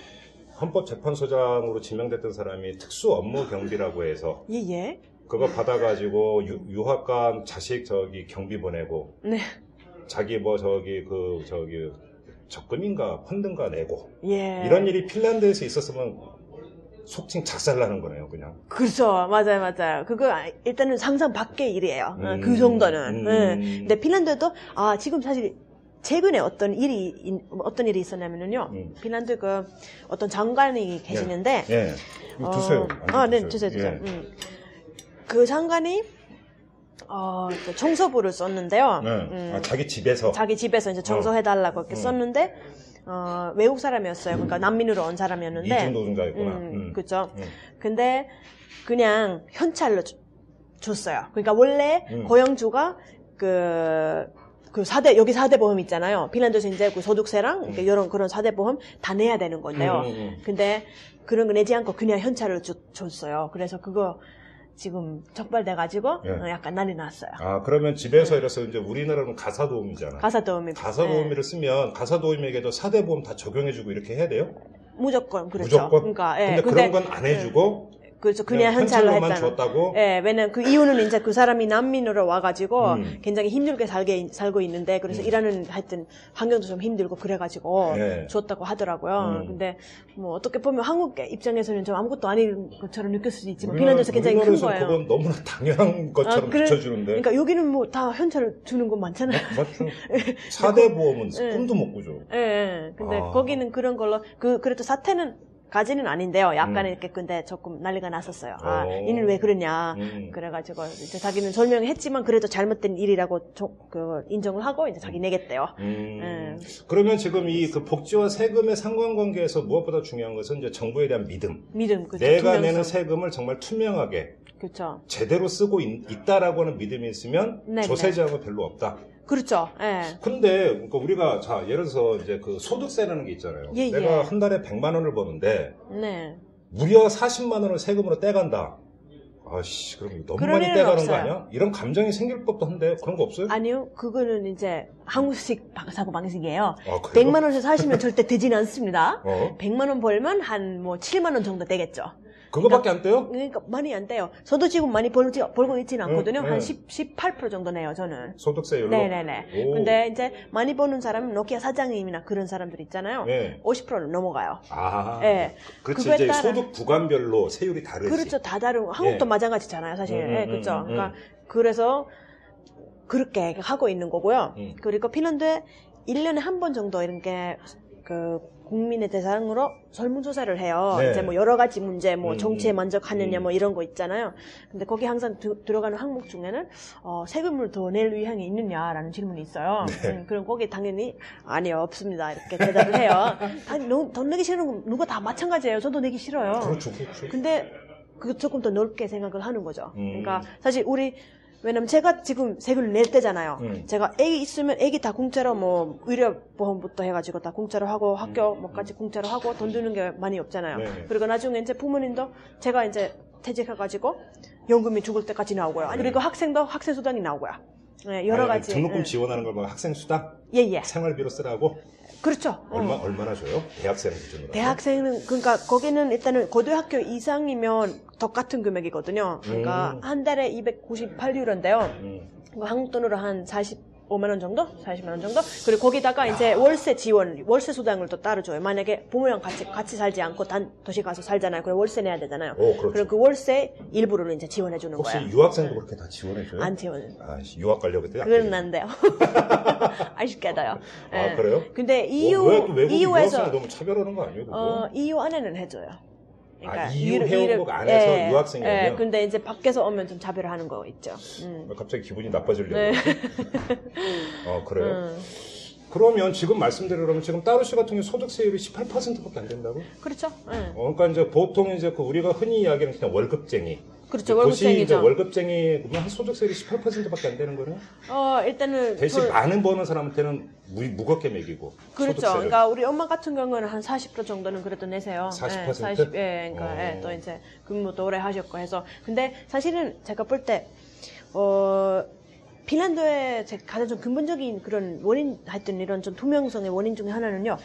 S2: 헌법재판소장으로 지명됐던 사람이 특수 업무 경비라고 해서
S5: 예 예.
S2: 그거 받아가지고 유, 유학간 자식 저기 경비 보내고
S5: 네.
S2: 자기 뭐 저기 그 저기 적금인가 펀드인가 내고
S5: 예.
S2: 이런 일이 핀란드에서 있었으면 속칭 작살나는 거네요 그냥
S5: 그렇죠. 맞아요, 맞아요. 그거 아- 일단은 상상 밖의 일이에요. 어,
S2: 음.
S5: 그 정도는.
S2: 음.
S5: 예. 근데 핀란드도 아 지금 사실 최근에 어떤 일이 인- 어떤 일이 있었냐면요.
S2: 음.
S5: 핀란드 그 어떤 장관이 계시는데.
S2: 예 이거 드세요
S5: 어,
S2: 완전
S5: 아, 네, 주세요, 주세요.
S2: 예.
S5: 음. 그 장관이 어, 그 청소부를 썼는데요.
S2: 네.
S5: 음.
S2: 아, 자기 집에서
S5: 자기 집에서 이제 청소해달라고
S2: 음.
S5: 이렇게 썼는데 어, 외국 사람이었어요. 그러니까 난민으로 온 사람이었는데.
S2: 이중 노동자였구나
S5: 음,
S2: 음.
S5: 그죠.
S2: 음.
S5: 근데 그냥 현찰로 주- 줬어요. 그러니까 원래
S2: 음.
S5: 고용주가 그, 그 4대, 여기 4대 보험 있잖아요. 핀란드에서 이제 그 소득세랑 이렇게 이런 그런 4대 보험 다 내야 되는 건데요.
S2: 음, 음, 음.
S5: 근데 그런 거 내지 않고 그냥 현찰로 주- 줬어요. 그래서 그거 지금 적발돼가지고
S2: 예.
S5: 어, 약간 난리 났어요.
S2: 아 그러면 집에서 이래서 이제 우리나라는 가사 도우미잖아
S5: 가사 도우미.
S2: 가사
S5: 예.
S2: 도우미를 쓰면 가사 도우미에게도 4대 보험 다 적용해주고 이렇게 해야 돼요?
S5: 무조건 그렇죠.
S2: 무조건?
S5: 그러니까 예.
S2: 근데, 그런 건 안 해주고
S5: 그렇죠. 그냥, 현찰로
S2: 현찰로만
S5: 했다는.
S2: 줬다고?
S5: 예, 왜냐면 그 이유는 이제 그 사람이 난민으로 와가지고
S2: 음.
S5: 굉장히 힘들게 살게, 살고 있는데 그래서
S2: 음.
S5: 일하는 하여튼 환경도 좀 힘들고 그래가지고
S2: 예.
S5: 줬다고 하더라고요.
S2: 음.
S5: 근데 뭐 어떻게 보면 한국 입장에서는 좀 아무것도 아닌 것처럼 느낄 수도 있지만
S2: 우리나라-
S5: 핀란드에서 굉장히 큰
S2: 우리나라에서는
S5: 거예요.
S2: 그건 네. 너무나 당연한 것처럼
S5: 아, 그래-
S2: 비춰주는데
S5: 그러니까 여기는 뭐 다 현찰을 주는 건 많잖아요.
S2: 맞죠? 4대 보험은
S5: 네.
S2: 꿈도 못 꾸죠.
S5: 그러니까 예, 예. 근데
S2: 아.
S5: 거기는 그런 걸로 그 그래도 사태는 가지는 아닌데요. 약간
S2: 음.
S5: 이렇게 근데 조금 난리가 났었어요. 아,
S2: 오.
S5: 이는 왜 그러냐.
S2: 음.
S5: 그래가지고 이제 자기는 설명했지만 그래도 잘못된 일이라고 조- 그 인정을 하고 이제 자기 내겠대요.
S2: 음.
S5: 예.
S2: 그러면 지금 이 그 복지와 세금의 상관관계에서 무엇보다 중요한 것은 이제 정부에 대한 믿음.
S5: 믿음 그죠?
S2: 내가
S5: 그렇죠. 투명성.
S2: 내는 세금을 정말 투명하게
S5: 그렇죠.
S2: 제대로 쓰고 있, 다라고 하는 믿음이 있으면
S5: 네,
S2: 조세제한은 별로 없다.
S5: 그렇죠. 예.
S2: 근데 그러니까 우리가 자 예를 들어서 이제 그 소득세라는 게 있잖아요.
S5: 예,
S2: 내가
S5: 예.
S2: 한 달에 100만 원을 버는데
S5: 네.
S2: 무려 40만 원을 세금으로 떼간다. 아씨, 그럼 너무
S5: 그럴
S2: 많이
S5: 일은
S2: 떼가는 거
S5: 없어요.
S2: 아니야? 이런 감정이 생길 법도 한데 그런 거 없어요?
S5: 아니요. 그거는 이제 한국식 방- 사고 방식이에요.
S2: 아, 그래요?
S5: 100만 원에서 사시면 절대 되진 않습니다.
S2: 어?
S5: 100만 원 벌면 한 뭐 7만 원 정도 되겠죠.
S2: 그거밖에 안 떼요?
S5: 그러니까 많이 안 떼요. 저도 지금 많이 벌지, 벌고 있지는 않거든요.
S2: 응, 응.
S5: 한 10, 18% 정도 내요, 저는.
S2: 소득세율로?
S5: 네네네.
S2: 오.
S5: 근데 이제 많이 버는 사람은 노키아 사장님이나 그런 사람들 있잖아요.
S2: 네.
S5: 50%를 넘어가요.
S2: 아,
S5: 예.
S2: 그렇지
S5: 그거에
S2: 이제
S5: 따라-
S2: 소득 구간별로 세율이 다르지.
S5: 그렇죠. 다 다른 거. 한국도
S2: 예.
S5: 마찬가지잖아요, 사실.
S2: 음, 음,
S5: 예,
S2: 음,
S5: 그렇죠.
S2: 음.
S5: 그러니까 그래서 그렇게 하고 있는 거고요.
S2: 음.
S5: 그리고 핀란드에 1년에 한 번 정도 이렇게 그 국민의 대상으로 설문조사를 해요.
S2: 네.
S5: 이제 뭐 여러 가지 문제, 뭐
S2: 음,
S5: 정치에
S2: 음.
S5: 만족하느냐
S2: 음.
S5: 뭐 이런 거 있잖아요. 근데 거기 항상 드- 들어가는 항목 중에는 어, 세금을 더 낼 의향이 있느냐라는 질문이 있어요.
S2: 네.
S5: 음, 그럼 거기 당연히 아니요 없습니다 이렇게 대답을 해요. 다돈 내기 싫은 건 누가 다 마찬가지예요. 저도 내기 싫어요.
S2: 그렇죠, 그렇죠.
S5: 근데 그 조금 더 넓게 생각을 하는 거죠.
S2: 음.
S5: 그러니까 사실 우리 왜냐면 제가 지금 세금을 낼 때잖아요.
S2: 음.
S5: 제가 애기 있으면 애기 다 공짜로 뭐 의료 보험부터 해가지고 다 공짜로 하고 학교 뭐까지 공짜로 하고 돈 드는 게 많이 없잖아요.
S2: 음. 네.
S5: 그리고 나중에 이제 부모님도 제가 이제 퇴직해가지고 연금이 죽을 때까지 나오고요. 아니, 그리고 학생도 학생 수당이 나오고요. 네, 여러
S2: 네. 아니,
S5: 가지.
S2: 등록금
S5: 예.
S2: 지원하는 걸 막 학생 수당,
S5: 예, 예.
S2: 생활비로 쓰라고
S5: 그렇죠. 어.
S2: 얼마 얼마나 줘요? 대학생 기준으로.
S5: 대학생은 그러니까 거기는 일단은 고등학교 이상이면 똑같은 금액이거든요. 그러니까
S2: 음.
S5: 한 달에 298유로인데요.
S2: 음.
S5: 뭐 한국 돈으로 한 45만 원 정도, 40만 원 정도. 그리고 거기다가 이제 월세 지원, 월세 수당을 또 따로 줘요. 만약에 부모랑 같이 같이 살지 않고 단 도시 가서 살잖아요. 그럼 월세 내야 되잖아요.
S2: 오, 그렇죠.
S5: 그럼 그 월세 일부를 이제 지원해 주는
S2: 혹시
S5: 거예요.
S2: 유학생도 그렇게 다 지원해 줘요?
S5: 안 지원.
S2: 아, 씨, 유학 가려고 했더니 안
S5: 그건
S2: 되겠네.
S5: 안 돼요. 아쉽게도요.
S2: 아,
S5: 예.
S2: 그래요?
S5: 근데 EU,
S2: 어, 왜또 외국
S5: EU에서
S2: 유학생 너무 차별하는 거 아니에요? 그거?
S5: 어, EU 안에는 해줘요. 그러니까
S2: 아, EU 회원국 안에서 유학생이 오면?
S5: 예. 근데 이제 밖에서 오면 좀 차별을 하는 거 있죠. 음.
S2: 갑자기 기분이 나빠지려고.
S5: 네.
S2: 어, 그래요?
S5: 음.
S2: 그러면 지금 말씀대로 그러면 지금 따로 씨 같은 경우 소득세율이 18%밖에 안 된다고?
S5: 그렇죠. 예.
S2: 어, 그러니까 이제 보통 이제 그 우리가 흔히 이야기하는 그냥 월급쟁이.
S5: 그렇죠.
S2: 도시 이제
S5: 월급쟁이죠.
S2: 월급쟁이 그러면 한 소득세율이 18%밖에 안 되는 거네.
S5: 어, 일단은
S2: 대신
S5: 저-
S2: 많은 버는 사람한테는 무, 무겁게 매기고.
S5: 그렇죠.
S2: 소득세를.
S5: 그러니까 우리 엄마 같은 경우는 한 40% 정도는 그래도 내세요.
S2: 40%?
S5: 예, 40, 예, 그러니까
S2: 어.
S5: 예, 또 이제 근무도 오래 하셨고 해서. 근데 사실은 제가 볼 때, 어, 핀란드의 제 가장 좀 근본적인 그런 원인, 하여튼 이런 좀 투명성의 원인 중에 하나는요.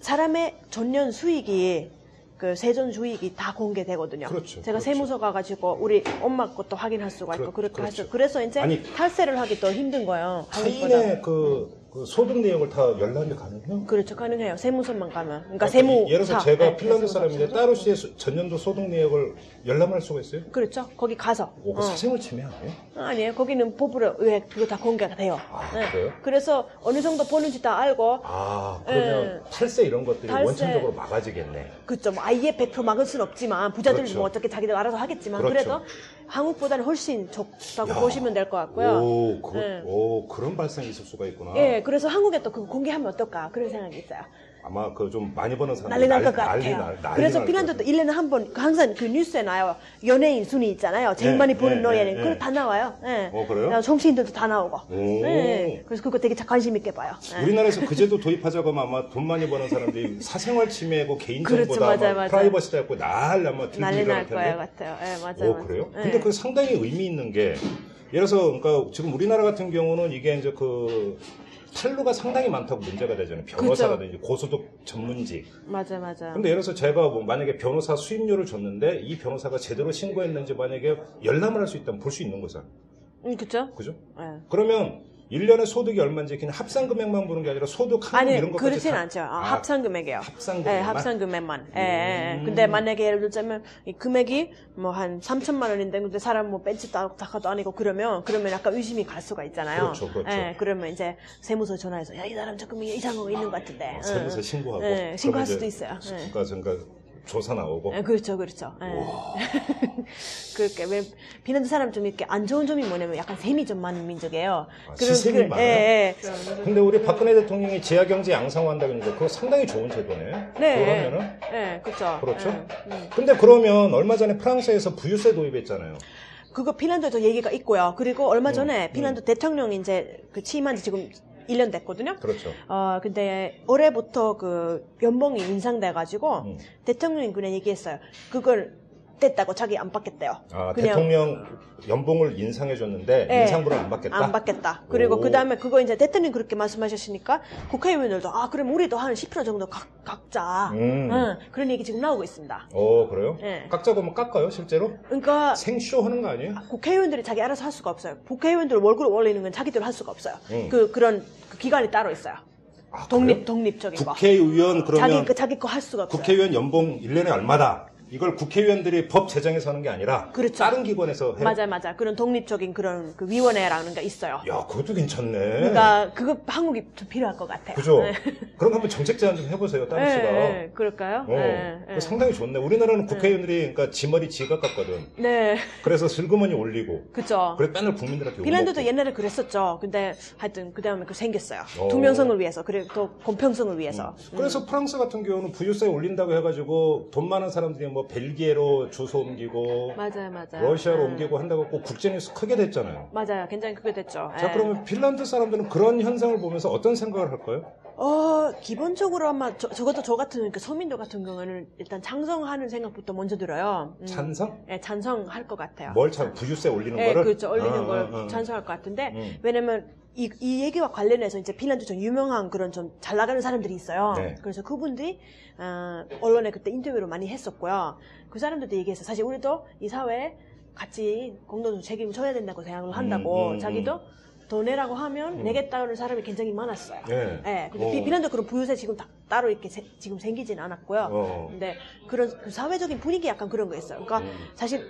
S5: 사람의 전년 수익이 그 세전 수익이 다 공개되거든요.
S2: 그렇죠.
S5: 제가
S2: 그렇죠.
S5: 세무서 가가지고 우리 엄마 것도 확인할 수가 있고
S2: 그렇-
S5: 그렇게 할 수.
S2: 그렇죠.
S5: 그래서 이제
S2: 아니,
S5: 탈세를 하기 더 힘든 거예요. 한국보다.
S2: 타인의 그, 그 소득 내역을 다 열람이 가능해요?
S5: 그렇죠 가능해요 세무서만 가면 그러니까
S2: 그러니까
S5: 세무
S2: 예를 들어서
S5: 사,
S2: 제가
S5: 네,
S2: 핀란드
S5: 세무사 네.
S2: 사람인데
S5: 가서.
S2: 따로 씨의 수- 전년도 소득 내역을 열람할 수가 있어요?
S5: 그렇죠 거기 가서
S2: 오, 그
S5: 어.
S2: 사생활 침해 아니에요?
S5: 아니에요 거기는 법으로 의해 그거 다 공개가 돼요 네.
S2: 아, 그래요?
S5: 그래서 어느 정도 버는지 다 알고
S2: 아, 그러면
S5: 네.
S2: 탈세 이런 것들이
S5: 탈세.
S2: 원천적으로 막아지겠네.
S5: 그죠 뭐 아예 100% 막을 순 없지만 부자들
S2: 그렇죠.
S5: 뭐 어떻게 자기들 알아서 하겠지만 그
S2: 그렇죠.
S5: 래도 한국보다는 훨씬 적다고
S2: 야.
S5: 보시면 될 것 같고요
S2: 오, 그,
S5: 네.
S2: 오, 그런 발상이 있을 수가 있구나.
S5: 예 그래서 한국에 또 그거 공개하면 어떨까 그런 생각이 있어요
S2: 아마 그 좀 많이 버는 사람들
S5: 난리 날 것
S2: 난리
S5: 같아요.
S2: 날- 난리
S5: 그래서
S2: 날
S5: 핀란드도
S2: 거예요.
S5: 1년에 한 번 항상 그 뉴스에 나요. 연예인 순위 있잖아요. 제일
S2: 예,
S5: 많이 보는
S2: 예,
S5: 노예는
S2: 예,
S5: 그거
S2: 예.
S5: 다 나와요. 예.
S2: 어, 그래요?
S5: 야, 정치인들도 다 나오고.
S2: 오.
S5: 예. 그래서 그거 되게 관심 있게 봐요. 예.
S2: 우리나라에서 그 제도 도입하자고 하면 아마 돈 많이 버는 사람들이 사생활 침해고
S5: 그렇죠,
S2: 개인정보다
S5: 맞아요,
S2: 아마
S5: 맞아요.
S2: 프라이버시 잡고 난리 아마
S5: 난리
S2: 들리려
S5: 날
S2: 할
S5: 거예요,
S2: 텐데.
S5: 같아요. 예, 맞아요.
S2: 오,
S5: 맞아요.
S2: 그래요?
S5: 예.
S2: 근데 그 상당히 의미 있는 게 예를 들어서 그러니까 지금 우리나라 같은 경우는 이게 이제 그 탈루가 상당히 많다고 문제가 되잖아요. 변호사라든지 고소득 전문직.
S5: 맞아요, 맞아요.
S2: 근데 예를 들어서 제가 뭐 만약에 변호사 수임료를 줬는데 이 변호사가 제대로 신고했는지 만약에 열람을 할 수 있다면 볼 수 있는 거잖아요.
S5: 음, 그쵸?
S2: 그죠?
S5: 예.
S2: 그러면 1년에 소득이 얼마인지 그냥 합산 금액만 보는 게 아니라 소득 한금 이런
S5: 아니,
S2: 것까지
S5: 그렇진
S2: 다-
S5: 않죠. 아,
S2: 아,
S5: 합산 금액이에요.
S2: 합산
S5: 예,
S2: 금액만?
S5: 합산 금액만. 예, 예,
S2: 음.
S5: 예. 근데 만약에 예를 들자면 이 금액이 뭐 한 3천만 원인데 근데 사람 뭐 벤츠 다카도 아니고 그러면 그러면 약간 의심이 갈 수가 있잖아요.
S2: 그렇죠, 그렇죠.
S5: 예, 그러면 이제 세무서 전화해서 야, 이 사람 조금 이상한 거 있는 것 같은데.
S2: 어, 세무서
S5: 응.
S2: 신고하고
S5: 예,
S2: 그러면
S5: 신고할
S2: 이제
S5: 수도 있어요. 예.
S2: 그러니까 그러니까 조사 나오고
S5: 예, 그렇죠, 그렇죠. 예. 그렇게 왜 비난도 사람 좀 이렇게 안 좋은 점이 뭐냐면 약간 셈이 좀 많은 민족이에요.
S2: 아,
S5: 그런-
S2: 시샘이
S5: 그런-
S2: 많아요?
S5: 예, 예.
S2: 근데 우리 박근혜 대통령이 지하 경제 양성화한다 그러니까 그러는데 그거 상당히 좋은 제도네.
S5: 네.
S2: 그러면은
S5: 예, 그렇죠.
S2: 그렇죠.
S5: 예, 음.
S2: 근데 그러면 얼마 전에 프랑스에서 부유세 도입했잖아요.
S5: 그거 핀란드에도 얘기가 있고요. 그리고
S2: 네,
S5: 얼마 전에 핀란드 대통령 이제 그 취임한 지 지금 1년 됐거든요.
S2: 그렇죠.
S5: 어, 근데 올해부터 그 연봉이 인상돼가지고
S2: 음.
S5: 대통령이 그냥 얘기했어요. 그걸 뗐다고 자기 안 받겠대요.
S2: 아, 대통령 연봉을 인상해 줬는데
S5: 예.
S2: 인상분을 안 받겠다.
S5: 안 받겠다. 그리고
S2: 오.
S5: 그 다음에 그거 이제 대통령 그렇게 말씀하셨으니까 국회의원들도 아 그럼 우리도 한 10% 정도 각, 각자
S2: 음.
S5: 응, 그런 얘기 지금 나오고 있습니다.
S2: 어, 그래요?
S5: 예.
S2: 깎자고 하면 깎아요, 실제로?
S5: 그러니까
S2: 생쇼 하는 거 아니에요?
S5: 국회의원들이 자기 알아서 할 수가 없어요. 국회의원들 월급을 올리는 건 자기들 할 수가 없어요.
S2: 음.
S5: 그 그런 그 기관이 따로 있어요.
S2: 아,
S5: 독립
S2: 그래요?
S5: 독립적인 거.
S2: 국회의원 그러면
S5: 자기 그 자기 거 할 수가 없어요.
S2: 국회의원 연봉 1년에 얼마다? 이걸 국회의원들이 법 제정해서 하는 게 아니라
S5: 그렇죠.
S2: 다른 기관에서 해.
S5: 맞아요, 맞아요. 그런 독립적인 그런 그 위원회라는 게 있어요.
S2: 야, 예. 그것도 괜찮네.
S5: 그러니까 그거 한국이 좀 필요할 것 같아요.
S2: 그죠?
S5: 네.
S2: 그럼 한번 정책 제안 좀 해보세요, 따로 씨가.
S5: 네, 네, 그럴까요?
S2: 어,
S5: 네,
S2: 그거
S5: 네.
S2: 상당히 좋네. 우리나라는 국회의원들이 그러니까 지머리 지가 같거든.
S5: 네,
S2: 그래서 슬그머니 올리고.
S5: 그죠.
S2: 그래 맨날 국민들한테
S5: 핀란드도
S2: 욕먹고.
S5: 옛날에 그랬었죠. 근데 하여튼 그 다음에 그 생겼어요.
S2: 뭐. 어. 음.
S5: 투명성을 위해서, 그리고 또 공평성을 위해서. 음.
S2: 그래서 프랑스 같은 경우는 부유세에 올린다고 해가지고 돈 많은 사람들이 뭐 벨기에로 주소 옮기고
S5: 음. 맞아요, 맞아요.
S2: 러시아로
S5: 네.
S2: 옮기고 한다고 했고 국제뉴스 크게 됐잖아요.
S5: 맞아요, 굉장히 그게 됐죠.
S2: 자
S5: 예.
S2: 그러면 핀란드 사람들은 그런 현상을 보면서 어떤 생각을 할까요?
S5: 어, 기본적으로 아마 저, 적어도 저 같은 그 서민들 같은 경우는 일단 찬성하는 생각부터 먼저 들어요. 음.
S2: 찬성?
S5: 예, 찬성할 것 같아요.
S2: 뭘 찬? 부유세 올리는
S5: 예,
S2: 거를?
S5: 그렇죠. 올리는
S2: 아,
S5: 걸
S2: 아, 아.
S5: 찬성할 것 같은데
S2: 음.
S5: 왜냐면 이, 이 얘기와 관련해서 이제 핀란드 좀 유명한 그런 좀 잘 나가는 사람들이 있어요.
S2: 네.
S5: 그래서 그분들이 어, 언론에 그때 인터뷰를 많이 했었고요. 그 사람들도 얘기해서 사실 우리도 이 사회에 같이 공동적 책임을 져야 된다고 생각을 한다고
S2: 음, 음,
S5: 자기도 더 내라고 하면
S2: 음.
S5: 내겠다는 사람이 굉장히 많았어요.
S2: 예.
S5: 예, 근데
S2: 어.
S5: 피- 핀란드 그런 부유세 지금 다- 따로 이렇게 세- 지금 생기진 않았고요.
S2: 어.
S5: 근데 그런 그 사회적인 분위기 약간 그런 거 있어요. 그러니까
S2: 음.
S5: 사실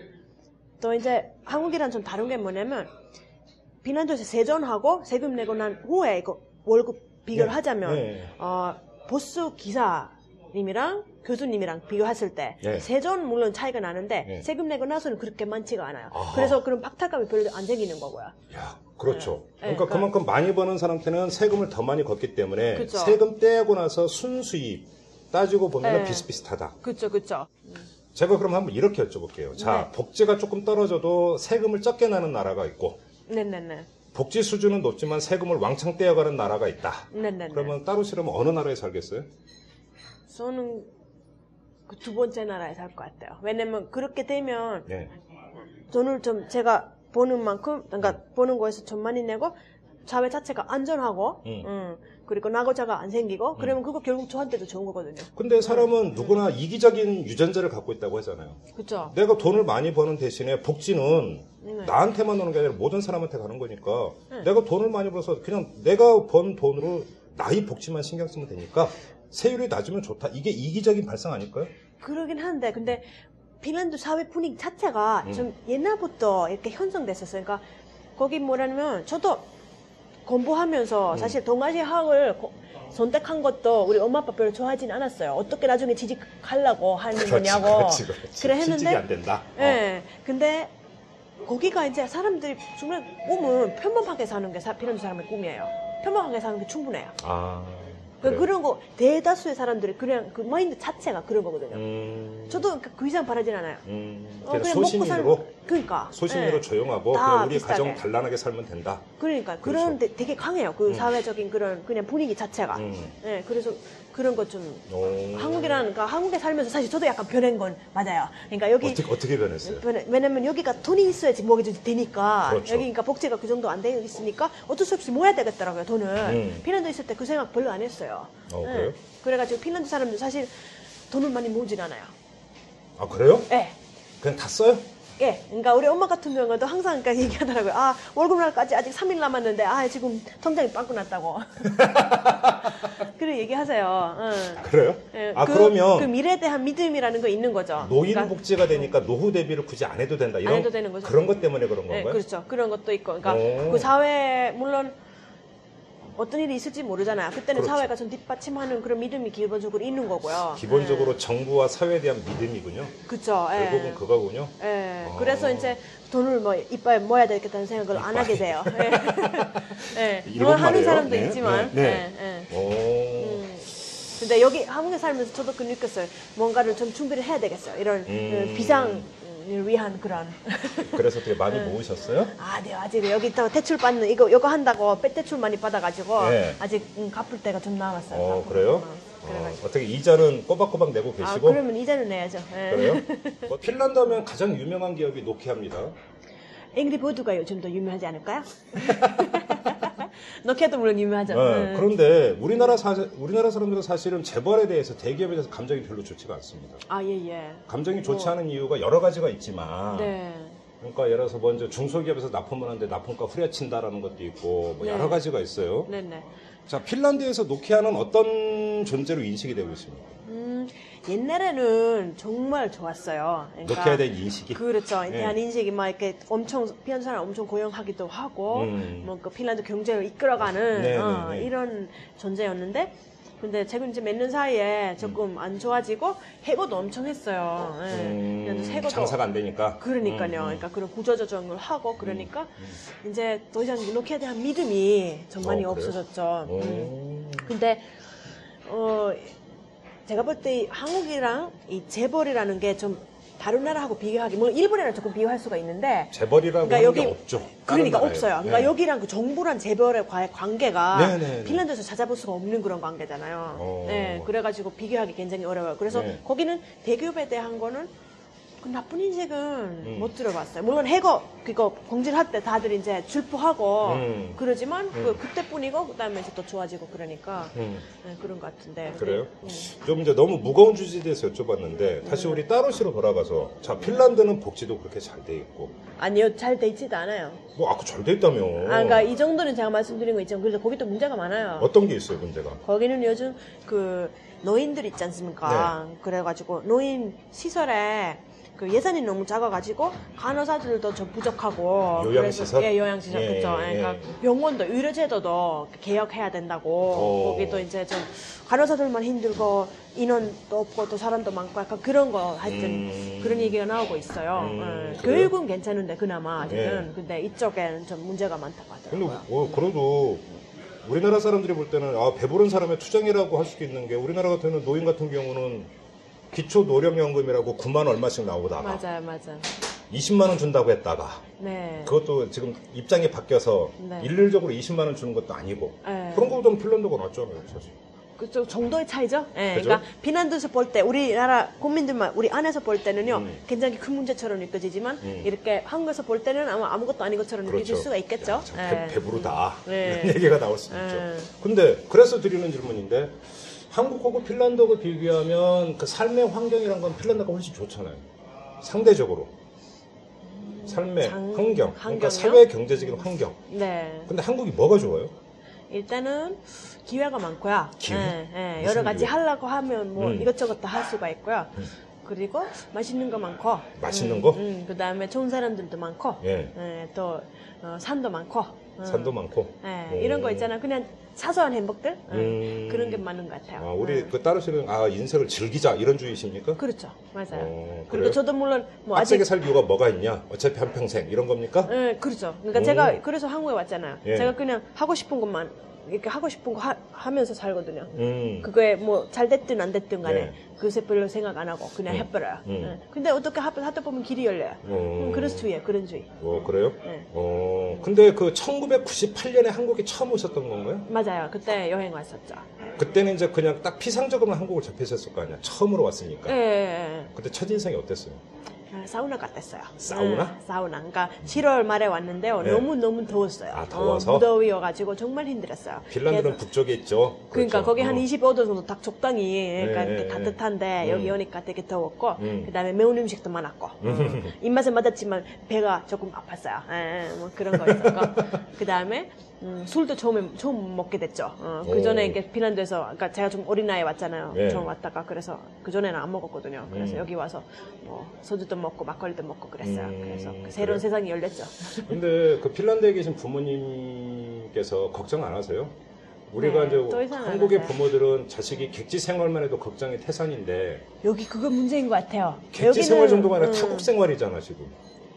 S5: 또 이제 한국이랑 좀 다른 게 뭐냐면 핀란드에서 세전하고 세금 내고 난 후에 이거 월급 비교를
S2: 예,
S5: 하자면
S2: 예.
S5: 어, 보수 기사님이랑 교수님이랑 비교했을 때
S2: 예.
S5: 세전 물론 차이가 나는데
S2: 예.
S5: 세금 내고 나서는 그렇게 많지가 않아요.
S2: 아하.
S5: 그래서 그런 박탈감이 별로 안 생기는 거고요.
S2: 야, 그렇죠.
S5: 네,
S2: 그러니까
S5: 그러니까-
S2: 그만큼 많이 버는 사람한테는 세금을 더 많이 걷기 때문에
S5: 그렇죠.
S2: 세금 떼고 나서 순수입 따지고 보면
S5: 네.
S2: 비슷비슷하다.
S5: 그렇죠, 그렇죠.
S2: 제가 그럼 한번 이렇게 여쭤볼게요. 자,
S5: 네.
S2: 복지가 조금 떨어져도 세금을 적게 나는 나라가 있고
S5: 네네네,
S2: 복지 수준은 높지만 세금을 왕창 떼어가는 나라가 있다.
S5: 네네네.
S2: 그러면 따로 싫으면 어느 나라에 살겠어요?
S5: 저는 그 두 번째 나라에 살 것 같아요. 왜냐면 그렇게 되면
S2: 네.
S5: 돈을 좀 제가 버는 만큼, 그러니까 버는 거에서 좀 많이 내고 사회 자체가 안전하고,
S2: 음.
S5: 음, 그리고 낙오자가 안 생기고, 그러면 그거 결국 저한테도 좋은 거거든요.
S2: 근데 사람은 누구나 이기적인 유전자를 갖고 있다고 하잖아요.
S5: 그렇죠.
S2: 내가 돈을 많이 버는 대신에 복지는
S5: 네.
S2: 나한테만 오는 게 아니라 모든 사람한테 가는 거니까
S5: 네.
S2: 내가 돈을 많이 벌어서 그냥 내가 번 돈으로 나의 복지만 신경 쓰면 되니까 세율이 낮으면 좋다. 이게 이기적인 발상 아닐까요?
S5: 그러긴 한데, 근데 핀란드 사회 분위기 자체가
S2: 음.
S5: 좀 옛날부터 이렇게 형성됐었어요. 그러니까 거기 뭐라면 저도
S2: 음.
S5: 공부하면서 사실 동아시아학을 고- 선택한 것도 우리 엄마 아빠 별로 좋아하진 않았어요. 어떻게 나중에 취직하려고 하는 거냐고. 그래
S2: 실직이
S5: 했는데
S2: 안 된다. 어.
S5: 예. 근데 거기가 이제 사람들이 정말 꿈은 평범하게 사는 게 사- 필요한 사람의 꿈이에요. 평범하게 사는 게 충분해요.
S2: 어. 아.
S5: 그
S2: 그래요.
S5: 그런 거 대다수의 사람들이 그냥 그 마인드 자체가 그런 거거든요.
S2: 음,
S5: 저도 그, 그 이상 바라진 않아요.
S2: 음,
S5: 어,
S2: 그냥
S5: 그냥
S2: 소신으로
S5: 먹고 살 그러니까
S2: 소신으로
S5: 예.
S2: 조용하고
S5: 다
S2: 그냥 우리
S5: 비슷하게.
S2: 가정 단란하게 살면 된다.
S5: 그러니까 그런 데 되게 강해요. 그
S2: 음.
S5: 사회적인 그런 그냥 분위기 자체가.
S2: 음.
S5: 예, 그래서 그런 것 좀
S2: 오.
S5: 한국이랑 그러니까 한국에 살면서 사실 저도 약간 변한 건 맞아요. 그러니까 여기
S2: 어떻게 어떻게 변했어요?
S5: 왜냐- 왜냐면 여기가 돈이 있어야지 뭐가 되니까
S2: 그렇죠.
S5: 여기 그러니까 복지가 그 정도 안 되어 있으니까 어쩔 수 없이 모아야 되겠더라고요 돈을
S2: 음.
S5: 핀란드 있을 때 그 생각 별로 안 했어요
S2: 어,
S5: 네.
S2: 그래요?
S5: 그래가지고 핀란드 사람들 사실 돈을 많이 모으진 않아요
S2: 아 그래요?
S5: 예.
S2: 그냥 다 써요?
S5: 예, 그러니까 우리 엄마 같은 경우도 항상 그러니까 얘기하더라고요. 아 월급 날까지 아직 3일 남았는데 아 지금 통장이 빵꾸 났다고. 그래 얘기하세요. 응.
S2: 그래요?
S5: 예,
S2: 아
S5: 그,
S2: 그, 러면
S5: 그 미래에 대한 믿음이라는 거 있는 거죠.
S2: 노인
S5: 그러니까
S2: 복지가 되니까 노후 대비를 굳이 안 해도 된다. 이런
S5: 해도 되는 거죠.
S2: 그런 것 때문에 그런 건가요? 어.
S5: 네, 그렇죠. 그런 것도 있고, 그러니까
S2: 오.
S5: 그 사회 물론 어떤 일이 있을지 모르잖아요. 그때는
S2: 그렇죠.
S5: 사회가 좀 뒷받침하는 그런 믿음이 기본적으로 있는 거고요. 네.
S2: 기본적으로 정부와 사회에 대한 믿음이군요.
S5: 그렇죠. 예.
S2: 결국은 그거군요.
S5: 예.
S2: 어.
S5: 그래서 이제 돈을 뭐 이빨 모아야 되겠다는 생각을 안 하게 돼요. 예. 예.
S2: 이런
S5: 물론 하는
S2: 말이에요?
S5: 사람도
S2: 네,
S5: 있지만.
S2: 네, 네.
S5: 예, 예.
S2: 오.
S5: 음. 근데 여기 한국에 살면서 저도 그 느꼈어요. 뭔가를 좀 준비를 해야 되겠어요. 이런
S2: 음.
S5: 그 비상을 위한 그런.
S2: 그래서 어떻게 많이 모으셨어요?
S5: 아, 네, 아직 여기 있다가 대출 받는 이거 이거 한다고 빼 대출 많이 받아가지고
S2: 네.
S5: 아직 음, 갚을 때가 좀 남았어요.
S2: 어,
S5: 갚을
S2: 그래요? 어,
S5: 때가. 아, 그래가지고.
S2: 어떻게 이자는 꼬박꼬박 내고
S5: 아,
S2: 계시고?
S5: 그러면 이자는 내야죠. 예.
S2: 그래요? 뭐 핀란드 하면 가장 유명한 기업이 노키아입니다.
S5: 앵그리 버드가 요즘 더 유명하지 않을까요? 노키아도 물론 유명하죠.
S2: 네,
S5: 음.
S2: 그런데 우리나라 사 우리나라 사람들은 사실은 재벌에 대해서 대기업에 대해서 감정이 별로 좋지가 않습니다.
S5: 아, 예, 예.
S2: 감정이 좋지
S5: 뭐.
S2: 않은 이유가 여러 가지가 있지만
S5: 네.
S2: 그러니까 예를 들어서 먼저 중소기업에서 납품을 하는데 납품가 후려친다라는 것도 있고 뭐
S5: 네.
S2: 여러 가지가 있어요.
S5: 네네.
S2: 자 핀란드에서 노키아는 어떤 존재로 인식이 되고 있습니까?
S5: 음, 옛날에는 정말 좋았어요. 그러니까
S2: 이렇게 해야 될 인식이.
S5: 그렇죠.
S2: 예.
S5: 대한 인식이 막 이렇게 엄청 핀란드 사람 엄청 고용하기도 하고
S2: 음.
S5: 뭐그 핀란드 경제를 이끌어가는
S2: 네,
S5: 어,
S2: 네, 네.
S5: 이런 존재였는데 근데 최근 이제 몇 년 사이에 조금 안 좋아지고 해고도 엄청 했어요. 예.
S2: 음,
S5: 그래서 해고도
S2: 장사가 안 되니까.
S5: 그러니까요.
S2: 음, 음.
S5: 그러니까 그런 구조조정을 하고 그러니까 이제 더 이상 노키아에 대한 믿음이 정말이
S2: 어, 그래요?
S5: 없어졌죠.
S2: 오.
S5: 음. 근데 어 제가 볼 때 한국이랑 이 재벌이라는 게 좀 다른 나라하고 비교하기 뭐 일본이랑 조금 비교할 수가 있는데
S2: 재벌이라고
S5: 그러니까
S2: 하는 게
S5: 여기-
S2: 없죠. 다른
S5: 그러니까
S2: 나라에.
S5: 없어요. 그러니까
S2: 네.
S5: 여기랑 그 정부란 재벌의 과- 관계가
S2: 네, 네, 네.
S5: 핀란드에서 찾아볼 수가 없는 그런 관계잖아요.
S2: 어.
S5: 네, 그래가지고 비교하기 굉장히 어려워요. 그래서
S2: 네.
S5: 거기는 대기업에 대한 거는 그 나쁜 인식은
S2: 음.
S5: 못 들어봤어요. 물론 해거 그거 공진할 때 다들 이제 줄포하고
S2: 음.
S5: 그러지만 그,
S2: 음.
S5: 그때뿐이고 그다음에 이제 또 좋아지고 그러니까
S2: 음.
S5: 네, 그런 것 같은데.
S2: 아, 그래요?
S5: 네.
S2: 좀 이제 너무 무거운 주제에 대해서 여쭤봤는데 다시 우리 따로시로 돌아가서 자 핀란드는 복지도 그렇게 잘 돼 있고
S5: 아니요, 잘 돼 있지도 않아요.
S2: 뭐 아까 잘 돼 있다며
S5: 아, 그러니까 이 정도는 제가 말씀드린 거 있지만 그래서 거기 또 문제가 많아요.
S2: 어떤 게 있어요 문제가
S5: 거기는 요즘 그 노인들 있지 않습니까?
S2: 네.
S5: 그래가지고 노인 시설에 그 예산이 너무 작아가지고 간호사들도 좀 부족하고
S2: 요양시설?
S5: 그래서- 예 요양시설
S2: 예,
S5: 그렇죠.
S2: 예.
S5: 그러니까 병원도 의료제도도 개혁해야 된다고
S2: 오.
S5: 거기도 이제 좀 간호사들만 힘들고 인원도 없고 또 사람도 많고 약간 그런 거 하여튼
S2: 음.
S5: 그런 얘기가 나오고 있어요.
S2: 음,
S5: 예.
S2: 그래요?
S5: 교육은 괜찮은데 그나마 아직은
S2: 예.
S5: 근데 이쪽에는 좀 문제가 많다고 하더라고요.
S2: 근데 뭐 그래도 우리나라 사람들이 볼 때는 아 배부른 사람의 투쟁이라고 할 수도 있는 게 우리나라 같은 노인 같은 경우는 기초 노령연금이라고 9만 얼마씩 나오다가
S5: 맞아요, 맞아요.
S2: 20만 원 준다고 했다가
S5: 네.
S2: 그것도 지금 입장이 바뀌어서
S5: 네.
S2: 일률적으로 20만 원 주는 것도 아니고
S5: 예.
S2: 그런 거보다는 핀란드가 낫잖아요 사실
S5: 그쪽 정도의 차이죠. 예,
S2: 그죠?
S5: 그러니까 비난도에서 볼 때 우리나라 국민들만 우리 안에서 볼 때는요
S2: 음.
S5: 굉장히 큰 문제처럼 느껴지지만
S2: 음. 그렇죠.
S5: 이렇게 한국에서 볼 때는 아마 아무것도 아닌 것처럼 느껴질 수가 있겠죠.
S2: 야, 참 배,
S5: 예.
S2: 배부르다
S5: 네.
S2: 이런 얘기가 나올 수 있죠.
S5: 네.
S2: 근데 그래서 드리는 질문인데 한국하고 핀란드하고 비교하면 그 삶의 환경이란 건 핀란드가 훨씬 좋잖아요. 상대적으로 삶의
S5: 장-
S2: 환경, 그러니까
S5: 환경이요?
S2: 사회 경제적인 환경.
S5: 네.
S2: 근데 한국이 뭐가 좋아요?
S5: 일단은 기회가 많고요.
S2: 기회?
S5: 예, 예,
S2: 무슨
S5: 여러 가지
S2: 기회?
S5: 하려고 하면 뭐
S2: 음.
S5: 이것저것 다 할 수가 있고요. 그리고 맛있는 거 많고.
S2: 맛있는
S5: 음,
S2: 거?
S5: 음, 그 다음에 좋은 사람들도 많고.
S2: 예.
S5: 예, 또 어, 산도 많고. 음.
S2: 산도 많고.
S5: 예,
S2: 오.
S5: 이런 거 있잖아. 그냥 사소한 행복들 예,
S2: 음.
S5: 그런 게 많은 것 같아요.
S2: 아, 우리
S5: 예.
S2: 그 따로 씨는 아 인생을 즐기자 이런 주의십니까?
S5: 그렇죠, 맞아요.
S2: 어, 그래요?
S5: 그리고 저도 물론 뭐
S2: 빡세게
S5: 아직
S2: 살 이유가 뭐가 있냐? 어차피 한 평생 이런 겁니까?
S5: 예, 그렇죠. 그러니까
S2: 음.
S5: 제가 그래서 한국에 왔잖아요.
S2: 예.
S5: 제가 그냥 하고 싶은 것만 이렇게 하고 싶은 거 하, 면서 살거든요.
S2: 음.
S5: 네. 그거에 뭐 잘 됐든 안 됐든 간에
S2: 예.
S5: 그것에 별로 생각 안 하고 그냥
S2: 음.
S5: 해버려요.
S2: 음.
S5: 예. 근데 어떻게 하, 하다 보면 길이 열려요.
S2: 어.
S5: 음, 그런 주의예요, 그런 주의.
S2: 어, 그래요?
S5: 네.
S2: 어, 근데 그 1998년에 한국에 처음 오셨던 건가요?
S5: 맞아요. 그때 여행 왔었죠.
S2: 그때는 이제 그냥 딱 피상적으로 한국을 접했었을 거 아니야. 처음으로 왔으니까.
S5: 예, 예, 예.
S2: 그때 첫인상이 어땠어요?
S5: 아, 사우나 갔댔어요.
S2: 사우나?
S5: 예, 사우나. 그러니까 7월 말에 왔는데요.
S2: 네.
S5: 너무 너무 더웠어요.
S2: 아, 더워서?
S5: 무더위여가지고 정말 힘들었어요.
S2: 핀란드는
S5: 그래서-
S2: 북쪽에 있죠.
S5: 그러니까
S2: 그렇죠.
S5: 거기 한
S2: 어.
S5: 25도 정도 딱 적당히 그러니까
S2: 네,
S5: 이렇게
S2: 네,
S5: 따뜻한데
S2: 네.
S5: 여기 오니까 되게 더웠고
S2: 음.
S5: 그다음에 매운 음식도 많았고 어.
S2: 음.
S5: 입맛에 맞았지만 배가 조금 아팠어요. 예, 예, 뭐 그런 거 있었고 그다음에 음, 술도 처음에 처음 먹게 됐죠. 그 전에
S2: 오.
S5: 이렇게 핀란드에서 그러니까 제가 좀 어린 나이에 왔잖아요.
S2: 네.
S5: 처음 왔다가 그래서 그 전에는 안 먹었거든요. 그래서
S2: 음.
S5: 여기 와서 뭐 소주도 먹고 막걸리도 먹고 그랬어요.
S2: 음,
S5: 그래서 그
S2: 그래요?
S5: 새로운 세상이 열렸죠.
S2: 근데 그 핀란드에 계신 부모님께서 걱정 안 하세요? 우리가
S5: 네, 더
S2: 이제
S5: 이상 안
S2: 한국의
S5: 하세요.
S2: 부모들은 자식이 객지 생활만 해도 걱정이 태산인데
S5: 여기 그거 문제인 것 같아요.
S2: 객지 생활 정도가 아니라
S5: 음,
S2: 타국 생활이잖아 지금.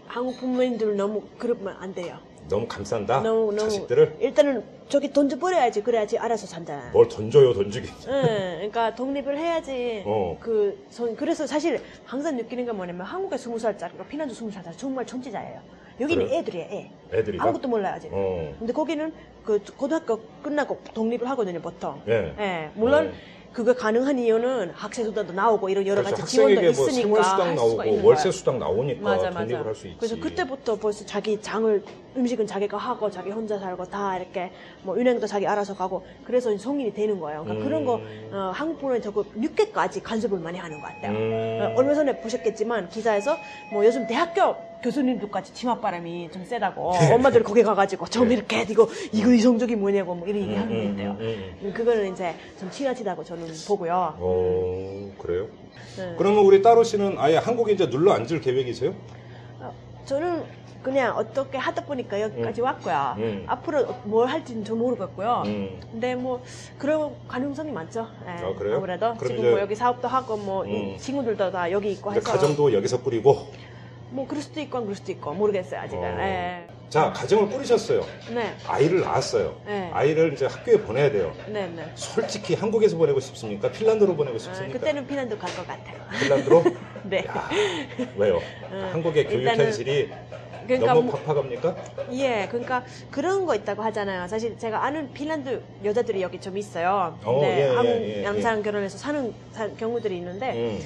S5: 한국 부모님들 너무 그러면 안 돼요.
S2: 너무 감싼다.
S5: 너무, 너무.
S2: 자식들을
S5: 일단은 저기 돈 좀 버려야지 그래야지 알아서 잔다.
S2: 뭘 던져요 던지기.
S5: 응, 그러니까 독립을 해야지.
S2: 어.
S5: 그, 전 그래서 사실 항상 느끼는 건 뭐냐면 한국에 스무 살짜리가 피난도 스무 살짜리 정말 천지자예요. 여기는
S2: 그래요?
S5: 애들이에요, 애.
S2: 애들이다.
S5: 아무것도 몰라요, 아직.
S2: 어.
S5: 근데 거기는 그 고등학교 끝나고 독립을 하거든요, 보통.
S2: 예.
S5: 예, 물론
S2: 어.
S5: 그거 가능한 이유는 학생 수단도 나오고 이런 여러
S2: 그렇죠.
S5: 가지 지원도
S2: 학생에게
S5: 있으니까
S2: 뭐 생활수당
S5: 할 수가
S2: 나오고
S5: 있는
S2: 월세
S5: 거예요.
S2: 수당 나오니까 독립을 할 수 있지.
S5: 그래서 그때부터 벌써 자기 장을 음식은 자기가 하고 자기 혼자 살고 다 이렇게 뭐 은행도 자기 알아서 가고 그래서 이제 성인이 되는 거예요. 그러니까
S2: 음.
S5: 그런 거 어, 한국 분은 자꾸 늦게까지 간섭을 많이 하는 것 같아요. 그러니까
S2: 음.
S5: 어, 얼마 전에 보셨겠지만 기사에서 뭐 요즘 대학교 교수님들까지 치맛바람이 좀 세다고
S2: 네.
S5: 엄마들 거기 가가지고 좀 이렇게 이거 이거 이성적이 뭐냐고 뭐
S2: 음,
S5: 이런 얘기 하는 게 있대요. 그거는 이제 좀 지나치다고 저는 보고요.
S2: 어, 그래요?
S5: 네.
S2: 그러면 우리 따로 씨는 아예 한국에 이제 눌러 앉을 계획이세요?
S5: 어, 저는 그냥 어떻게 하다 보니까 여기까지 왔고요.
S2: 음.
S5: 앞으로 뭘 할지는 전 모르겠고요.
S2: 음.
S5: 근데 뭐 그런 가능성이 많죠. 예,
S2: 아, 그래요?
S5: 아무래도
S2: 그럼
S5: 지금
S2: 이제-
S5: 뭐 여기 사업도 하고 뭐
S2: 음.
S5: 친구들도 다 여기 있고
S2: 이제
S5: 뭐 해서
S2: 가정도 여기서 꾸리고.
S5: 뭐 그럴 수도 있고 안 그럴 수도 있고 모르겠어요 아직은.
S2: 어.
S5: 예.
S2: 자, 가정을 꾸리셨어요.
S5: 네,
S2: 아이를 낳았어요.
S5: 네.
S2: 아이를 이제 학교에 보내야 돼요.
S5: 네, 네.
S2: 솔직히 한국에서 보내고 싶습니까? 핀란드로 보내고
S5: 아,
S2: 싶습니까?
S5: 그때는 피난도 갈 것 같아요.
S2: 핀란드로?
S5: 네. 음.
S2: 야, 왜요? 한국의 교육
S5: 일단은-
S2: 현실이
S5: 그러니까
S2: 너무
S5: 뭐-
S2: 팍팍합니까?
S5: 예, 그러니까 그런 거 있다고 하잖아요. 사실 제가 아는 핀란드 여자들이 여기 좀 있어요.
S2: 어,
S5: 네,
S2: 예, 예,
S5: 한국
S2: 예, 예.
S5: 양사랑 결혼해서 사는 사- 경우들이 있는데
S2: 음.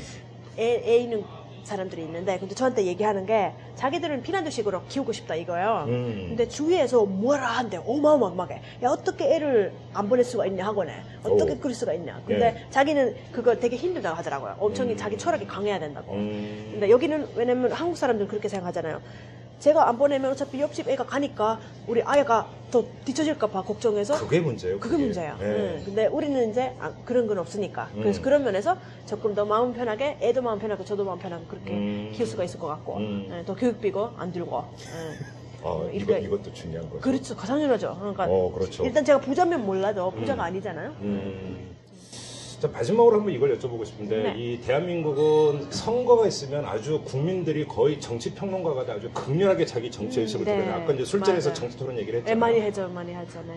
S5: 애, 애 있는 사람들이 있는데 근데 저한테 얘기하는 게 자기들은 핀란드식으로 키우고 싶다 이거예요.
S2: 음.
S5: 어. 근데 주위에서 뭐라 한대 어마어마하게 야 어떻게 애를 안 보낼 수가 있냐 하거네 어떻게
S2: 오. 예.
S5: 그럴 수가 있냐 근데 자기는 그거 되게 힘들다고 하더라고요 엄청 히
S2: 음.
S5: 자기 철학이 강해야 된다고
S2: 음.
S5: 근데 여기는 왜냐면 한국 사람들은 그렇게 생각하잖아요. 제가 안 보내면 어차피 옆집 애가 가니까 우리 아이가 더 뒤처질까봐 걱정해서
S2: 그게 문제예요.
S5: 그게 문제예요.
S2: 예.
S5: 음, 근데 우리는 이제 아, 그런 건 없으니까
S2: 음.
S5: 그래서 그런 면에서 조금 더 마음 편하게 애도 마음 편하고 저도 마음 편하고 그렇게
S2: 음.
S5: 키울 수가 있을 것 같고
S2: 음.
S5: 예, 더 교육비고 안 들고 예.
S2: 아, 이거,
S5: 이렇게-
S2: 이것도 중요한 거죠.
S5: 그렇죠 가상연화죠. 그러니까
S2: 어, 그렇죠.
S5: 일단 제가 부자면 몰라도 부자가
S2: 음.
S5: 아니잖아요.
S2: 음. 자, 마지막으로 한번 이걸 여쭤보고 싶은데
S5: 네.
S2: 이 대한민국은 선거가 있으면 아주 국민들이 거의 정치 평론가가 돼 아주 극렬하게 자기 정치
S5: 음,
S2: 의식을
S5: 네.
S2: 드러내. 아까 이제 술자리에서
S5: 맞아요.
S2: 정치 토론 얘기를
S5: 예,
S2: 했잖아요.
S5: 많이 하죠, 많이 하죠. 네.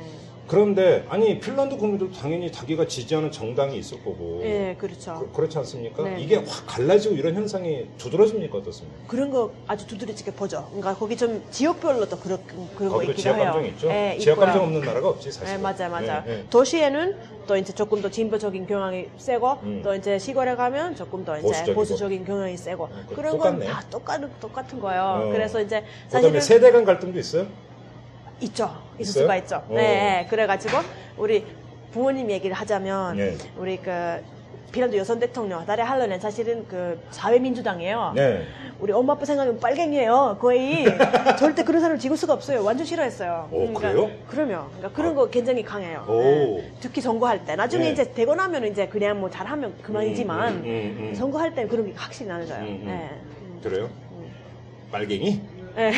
S2: 그런데 아니 핀란드 국민들도 당연히 자기가 지지하는 정당이 있을 거고
S5: 예, 그렇죠.
S2: 그, 렇지 않습니까?
S5: 네.
S2: 이게 확 갈라지고 이런 현상이 두드러집니까 어떻습니까?
S5: 그런 거 아주 두드러지게 보죠. 그러니까 거기 좀 지역별로 또 그런 그런 거
S2: 거기도
S5: 있기도
S2: 지역
S5: 해요.
S2: 감정 있죠.
S5: 예,
S2: 지역
S5: 있고요.
S2: 감정 없는 나라가 없지 사실.
S5: 예,
S2: 은
S5: 맞아, 맞아.
S2: 네,
S5: 도시에는 또 이제 조금 더 진보적인 경향이 세고,
S2: 음.
S5: 또 이제 시골에 가면 조금 더 이제
S2: 보수적이고. 아,
S5: 보수적인, 경향이 세고,
S2: 그거
S5: 그런 건
S2: 똑같네.
S5: 다 똑같은 똑같은 거예요.
S2: 어.
S5: 그래서 이제
S2: 그다음에
S5: 사실은
S2: 세대 간 갈등도 있어요?
S5: 있죠, 있을
S2: 있어요?
S5: 수가 있죠.
S2: 어.
S5: 네, 그래가지고 우리 부모님 얘기를 하자면
S2: 예.
S5: 우리 그 피란도 여선 대통령 딸의 할로는 사실은 그 사회민주당이에요.
S2: 네.
S5: 우리 엄마 아빠 생각하면 빨갱이에요. 거의 절대 그런 사람을 지울 수가 없어요. 완전 싫어했어요. 그러니까
S2: 오, 그래요?
S5: 그러면 그러니까 그런 거 굉장히 강해요.
S2: 오.
S5: 네. 특히 선거할 때 나중에
S2: 네.
S5: 이제 되고 나면 이제 그냥 뭐 잘하면 그만이지만
S2: 음, 음, 음, 음.
S5: 선거할 때는 그런 게 확실히 나눠져요.
S2: 음, 음.
S5: 네.
S2: 그래요?
S5: 음.
S2: 빨갱이?
S5: 네.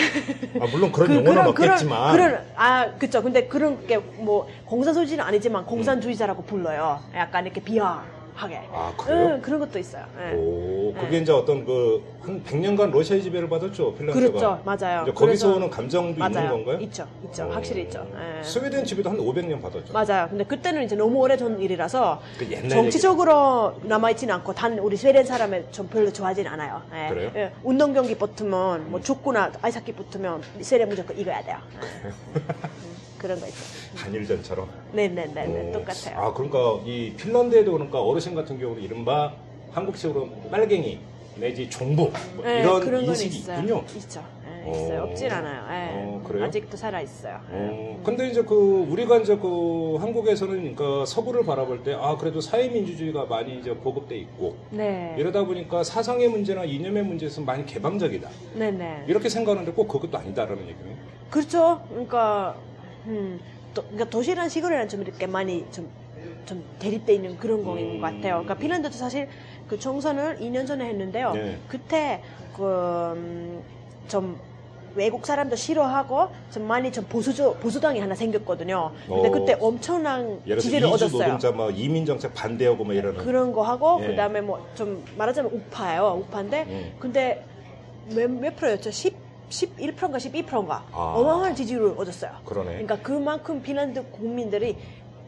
S2: 아, 물론 그런 용어는 없겠지만.
S5: 그런, 그런, 아, 그쵸. 근데 그런 게 뭐 공산 소지는 아니지만 공산주의자라고 불러요. 약간 이렇게 비하하게.
S2: 음. 아, 그래요?
S5: 응, 그런 것도 있어요. 네.
S2: 오, 그게
S5: 네.
S2: 이제 어떤 그, 한 100년간 러시아의 지배를 받았죠, 핀란드가.
S5: 그렇죠. 맞아요.
S2: 네, 이제
S5: 그래서-
S2: 거기서 오는 감정도 있는
S5: 맞아요.
S2: 건가요?
S5: 있죠. 있죠.
S2: 오.
S5: 확실히 있죠. 예.
S2: 스웨덴 지배도 한 500년 받았죠.
S5: 맞아요. 근데 그때는 이제 너무 오래 전 일이라서
S2: 그 옛날
S5: 정치적으로 남아있지는 않고 단 우리 스웨덴 사람에 좀 별로 좋아하진 않아요. 예.
S2: 그래요?
S5: 예. 운동 경기 붙으면 뭐 축구나 아이스하키 붙으면 스웨덴 무조건 이겨야 돼요. 예. 음, 그런 거 있죠.
S2: 한일전처럼.
S5: 네네네
S2: 오.
S5: 네, 똑같아요.
S2: 아, 그러니까 이 핀란드에도 그러니까 어르신 같은 경우는 이른바 한국식으로 빨갱이 내지 종부 뭐
S5: 예,
S2: 이런
S5: 그런 건
S2: 인식이
S5: 있어요.
S2: 있군요.
S5: 있죠. 예,
S2: 오.
S5: 있어요. 없진 않아요. 예.
S2: 어, 그래요?
S5: 아직도 살아 있어요.
S2: 어, 근데 이제 그 우리가 이제 그 한국에서는 그러니까 서구를 바라볼 때 아 그래도 사회민주주의가 많이 이제 보급돼 있고
S5: 네.
S2: 이러다 보니까 사상의 문제나 이념의 문제에서 많이 개방적이다
S5: 네네.
S2: 이렇게 생각하는데 꼭 그것도 아니다라는 얘기네요.
S5: 그렇죠. 그러니까 음, 도, 그러니까 도시랑 시골이랑 좀 이렇게 많이 좀, 좀 대립돼 있는 그런 거 있는 것 같아요. 그러니까 핀란드도 사실 그 총선을 2년 전에 했는데요.
S2: 네.
S5: 그때 음, 그좀 외국 사람도 싫어하고 좀 많이 좀 보수조, 보수당이 하나 생겼거든요. 근데
S2: 어.
S5: 그때 엄청난
S2: 예를
S5: 지지를
S2: 들어 이주
S5: 얻었어요.
S2: 노동자 막 이민 정책 반대하고 막 이러는
S5: 그런 거 하고
S2: 예.
S5: 그다음에 뭐 좀 말하자면 우파예요. 우파인데
S2: 예.
S5: 근데 몇, 몇 프로였죠? 10 11%인가 12%인가
S2: 아. 예.
S5: 어마어마한 지지를 얻었어요.
S2: 그러네.
S5: 그러니까 그만큼 핀란드 국민들이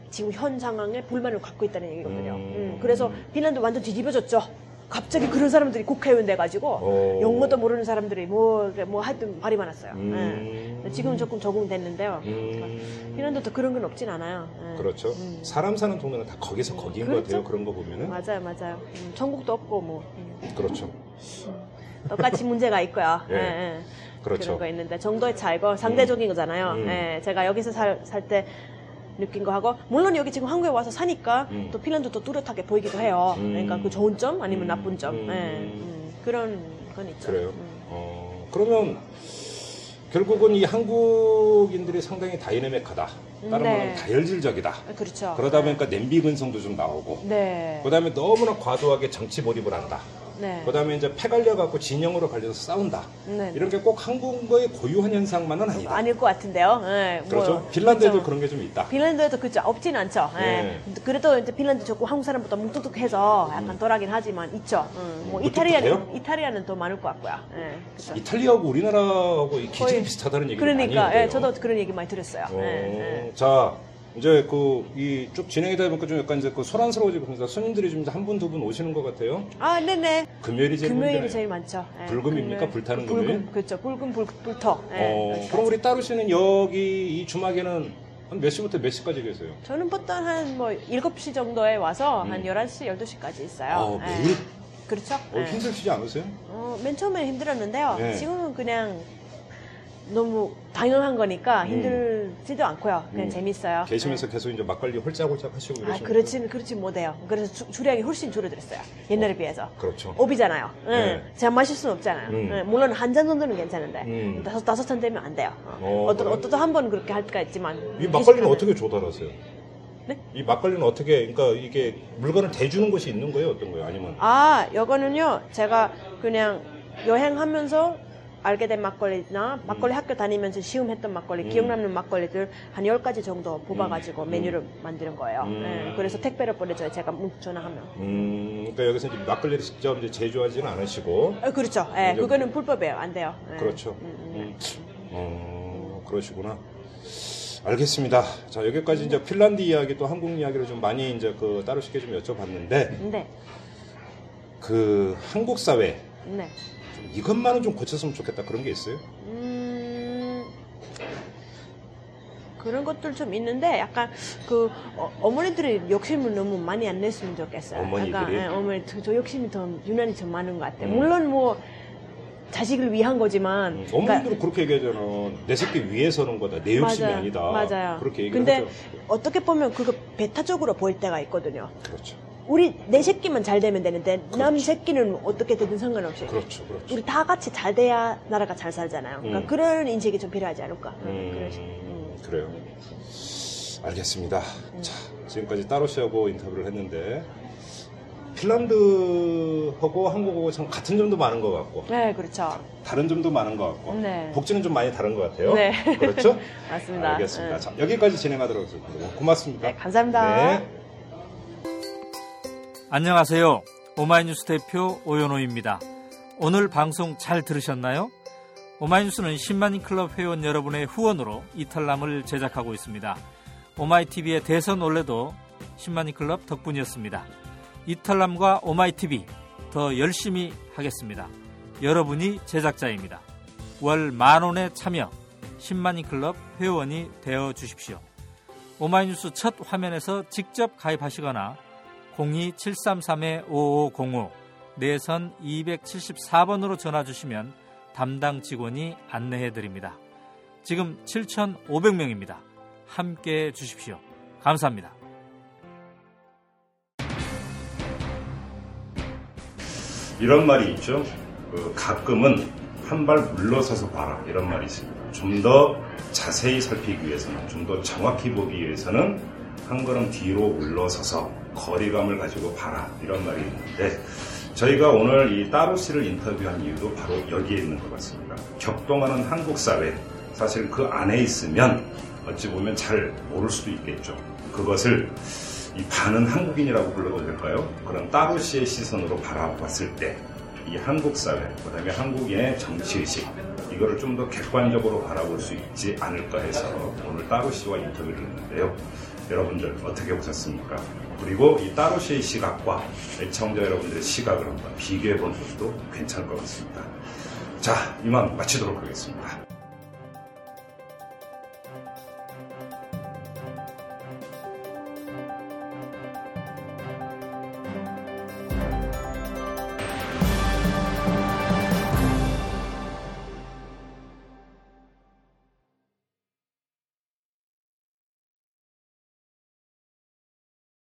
S5: 지금 현 상황에 불만을 갖고 있다는 얘기거든요.
S2: 음.
S5: 음, 그래서 핀란드 완전 뒤집어졌죠. 갑자기 그런 사람들이 국회의원 돼가지고
S2: 오.
S5: 영어도 모르는 사람들이 뭐, 뭐 하여튼 말이 많았어요.
S2: 음.
S5: 예. 지금 은 조금 적응됐는데요.
S2: 음.
S5: 핀란드도 그런 건 없진 않아요. 예.
S2: 그렇죠.
S5: 음.
S2: 사람 사는 동네는 다 거기서 거기인 것
S5: 그렇죠.
S2: 같아요. 그런 거 보면은
S5: 맞아요, 맞아요. 음, 전국도 없고 뭐 음,
S2: 그렇죠.
S5: 똑같이 문제가 있고요.
S2: 예.
S5: 예, 예.
S2: 그렇죠.
S5: 그런 거 있는데 정도의 차이고 상대적인 거잖아요.
S2: 음.
S5: 예, 제가 여기서 살 때 느낀 거 하고 물론 여기 지금 한국에 와서 사니까
S2: 음.
S5: 또 핀란드도 뚜렷하게 보이기도 해요.
S2: 음.
S5: 그러니까 그 좋은 점 아니면
S2: 음.
S5: 나쁜 점
S2: 음.
S5: 예, 음, 그런 건 있죠.
S2: 그래요.
S5: 음.
S2: 어,
S6: 그러면 결국은 이 한국인들이 상당히 다이내믹하다. 다른
S5: 네.
S6: 말로 는 다혈질적이다.
S5: 그렇죠.
S6: 그러다 보니까 냄비 근성도 좀 나오고
S5: 네.
S6: 그다음에 너무나 과도하게 정치 몰입을 한다.
S5: 네.
S6: 그다음에 이제 패 갈려 갖고 진영으로 갈려서 싸운다.
S5: 네.
S6: 이런 게 꼭 한국의 고유한 현상만은 아니다.
S5: 아닐 것 같은데요. 예, 뭐,
S6: 그렇죠. 핀란드에도
S5: 그렇죠.
S6: 그런 네. 게 좀 있다.
S5: 핀란드에도 그죠 없진 않죠. 예. 그래도 이제 핀란드 조금 한국 사람보다 뭉뚝뚝해서 약간 덜하긴 하지만 있죠. 음, 뭐
S6: 음,
S5: 이탈리아는
S6: 뭉뚝뚝해요?
S5: 이탈리아는 더 많을 것 같고요. 예, 그죠.
S6: 이탈리아하고 우리나라하고 이 기질이
S5: 거의-
S6: 비슷하다는 얘기가 많이
S5: 그러니까
S6: 있는데요.
S5: 예, 저도 그런 얘기 많이 들었어요.
S6: 어,
S5: 예, 예.
S6: 자 이제 그 이 쭉 진행이다 보니까 좀 약간 이제 그 소란스러워지고 그러니까 손님들이 좀 한 분 두 분 오시는 것 같아요.
S5: 아, 네네.
S6: 금요일이 제일
S5: 금요일이
S6: 힘드네요.
S5: 제일 많죠. 예,
S6: 불금입니까? 불타는
S5: 불금,
S6: 금요일?
S5: 그렇죠. 불금 불, 불터. 예,
S6: 어,
S5: 여기까지.
S6: 그럼 우리 따로 씨는 여기 이 주막에는 한 몇 시부터 몇 시까지 계세요?
S5: 저는 보통 한뭐 7시 정도에 와서 한
S6: 음.
S5: 11시, 12시까지 있어요.
S6: 어,
S5: 예.
S6: 매일?
S5: 그렇죠.
S6: 어,
S5: 예.
S6: 힘들지 않으세요?
S5: 어, 맨 처음에 힘들었는데요.
S6: 네.
S5: 지금은 그냥 너무 당연한 거니까
S6: 음.
S5: 힘들지도 않고요. 그냥
S6: 음.
S5: 재밌어요.
S6: 계시면서
S5: 네.
S6: 계속 이제 막걸리 홀짝홀짝 하시고
S5: 아,
S6: 그러시니까.
S5: 그렇지는 그렇지 못해요. 그래서 주- 주량이 훨씬 줄어들었어요. 옛날에 비해서.
S6: 그렇죠.
S5: 오비잖아요. 예.
S6: 네.
S5: 제가 마실 수는 없잖아요.
S6: 음.
S5: 예, 물론 한 잔 정도는 괜찮은데
S6: 음.
S5: 다섯 다섯 잔 되면 안 돼요.
S6: 어,
S5: 어, 어떠
S6: 그래요?
S5: 어떠도 한 번 그렇게 할 때가 있지만
S6: 이 막걸리는
S5: 계속하면-
S6: 어떻게 조달하세요?
S5: 네?
S6: 이 막걸리는 어떻게 그러니까 이게 물건을 대주는 곳이 있는 거예요, 어떤 거예요? 아니면
S5: 아, 요거는요, 제가 그냥 여행하면서 알게 된 막걸리나 막걸리 학교 다니면서 시음했던 막걸리,
S6: 음.
S5: 기억 남는 막걸리들 한 10가지 정도 뽑아가지고
S6: 음.
S5: 메뉴를 만드는 거예요.
S6: 음.
S5: 예, 그래서 택배로 보내줘요, 제가 문- 전화하면.
S6: 음, 그러니까 여기서 이제 막걸리를 직접 이제 제조하지는 않으시고
S5: 아, 그렇죠. 예,
S6: 이제-
S5: 그거는 불법이에요. 안 돼요. 예.
S6: 음. 그렇죠.
S5: 음, 음.
S6: 음. 어, 그러시구나. 알겠습니다. 자, 여기까지 이제 핀란드 이야기 또 한국 이야기를 좀 많이 이제 그 따로 쉽게 좀 여쭤봤는데
S5: 네,
S6: 그 한국 사회
S5: 네.
S6: 좀 이것만은 좀 고쳤으면 좋겠다 그런 게 있어요?
S5: 음, 그런 것들 좀 있는데 약간 그 어, 머니들이 욕심을 너무 많이 안 냈으면 좋겠어요.
S6: 어머니들이?
S5: 약간, 예, 어머니 저, 저 욕심이 더 유난히 좀 많은 것 같아요.
S6: 음.
S5: 물론 뭐 자식을 위한 거지만
S6: 음,
S5: 그러니까
S6: 어머님들은 그렇게 얘기하잖아. 내 새끼 위해서는 거다. 내 욕심이
S5: 맞아요.
S6: 아니다
S5: 맞아요.
S6: 그렇게 얘기를
S5: 근데
S6: 하죠.
S5: 어떻게 보면 그거 배타적으로 보일 때가 있거든요.
S6: 그렇죠.
S5: 우리 내 새끼만 잘 되면 되는데 남
S6: 그렇죠.
S5: 새끼는 어떻게 되든 상관없이
S6: 그렇죠. 그렇죠.
S5: 우리 다 같이 잘 돼야 나라가 잘 살잖아요. 그러니까
S6: 음.
S5: 그런 인식이 좀 필요하지 않을까. 그런 식으로.
S6: 음, 그래요. 알겠습니다.
S5: 음.
S6: 자, 지금까지 따로 씨하고 인터뷰를 했는데 핀란드하고 한국하고 참 같은 점도 많은 것 같고
S5: 네, 그렇죠.
S6: 다른 점도 많은 것 같고
S5: 네.
S6: 복지는 좀 많이 다른 것 같아요.
S5: 네.
S6: 그렇죠?
S5: 맞습니다.
S6: 알겠습니다.
S5: 네.
S6: 자, 여기까지 진행하도록 하겠습니다. 고맙습니다.
S5: 네, 감사합니다.
S6: 네.
S7: 안녕하세요. 오마이뉴스 대표 오연호입니다. 오늘 방송 잘 들으셨나요? 오마이뉴스는 10만 클럽 회원 여러분의 후원으로 이탈남을 제작하고 있습니다. 오마이TV의 대선 올레도 10만 클럽 덕분이었습니다. 이탈남과 오마이TV 더 열심히 하겠습니다. 여러분이 제작자입니다. 월 만원에 참여 10만 클럽 회원이 되어 주십시오. 오마이뉴스 첫 화면에서 직접 가입하시거나 02733-5505 내선 274번으로 전화 주시면 담당 직원이 안내해 드립니다. 지금 7,500명입니다. 함께 해 주십시오. 감사합니다.
S2: 이런 말이 있죠. 그 가끔은 한 발 물러서서 봐라 이런 말이 있습니다. 좀 더 자세히 살피기 위해서는 좀 더 정확히 보기 위해서는 한 걸음 뒤로 물러서서 거리감을 가지고 봐라 이런 말이 있는데 저희가 오늘 이 따로 씨를 인터뷰한 이유도 바로 여기에 있는 것 같습니다. 격동하는 한국 사회 사실 그 안에 있으면 어찌 보면 잘 모를 수도 있겠죠. 그것을 이 반은 한국인이라고 불러도 될까요? 그런 따로 씨의 시선으로 바라봤을 때 이 한국 사회, 그다음에 한국인의 정치 의식 이거를 좀 더 객관적으로 바라볼 수 있지 않을까 해서 오늘 따로 씨와 인터뷰를 했는데요. 여러분들 어떻게 보셨습니까? 그리고 이 따로 씨의 시각과 애청자 여러분들의 시각을 한번 비교해 보는 것도 괜찮을 것 같습니다. 자, 이만 마치도록 하겠습니다.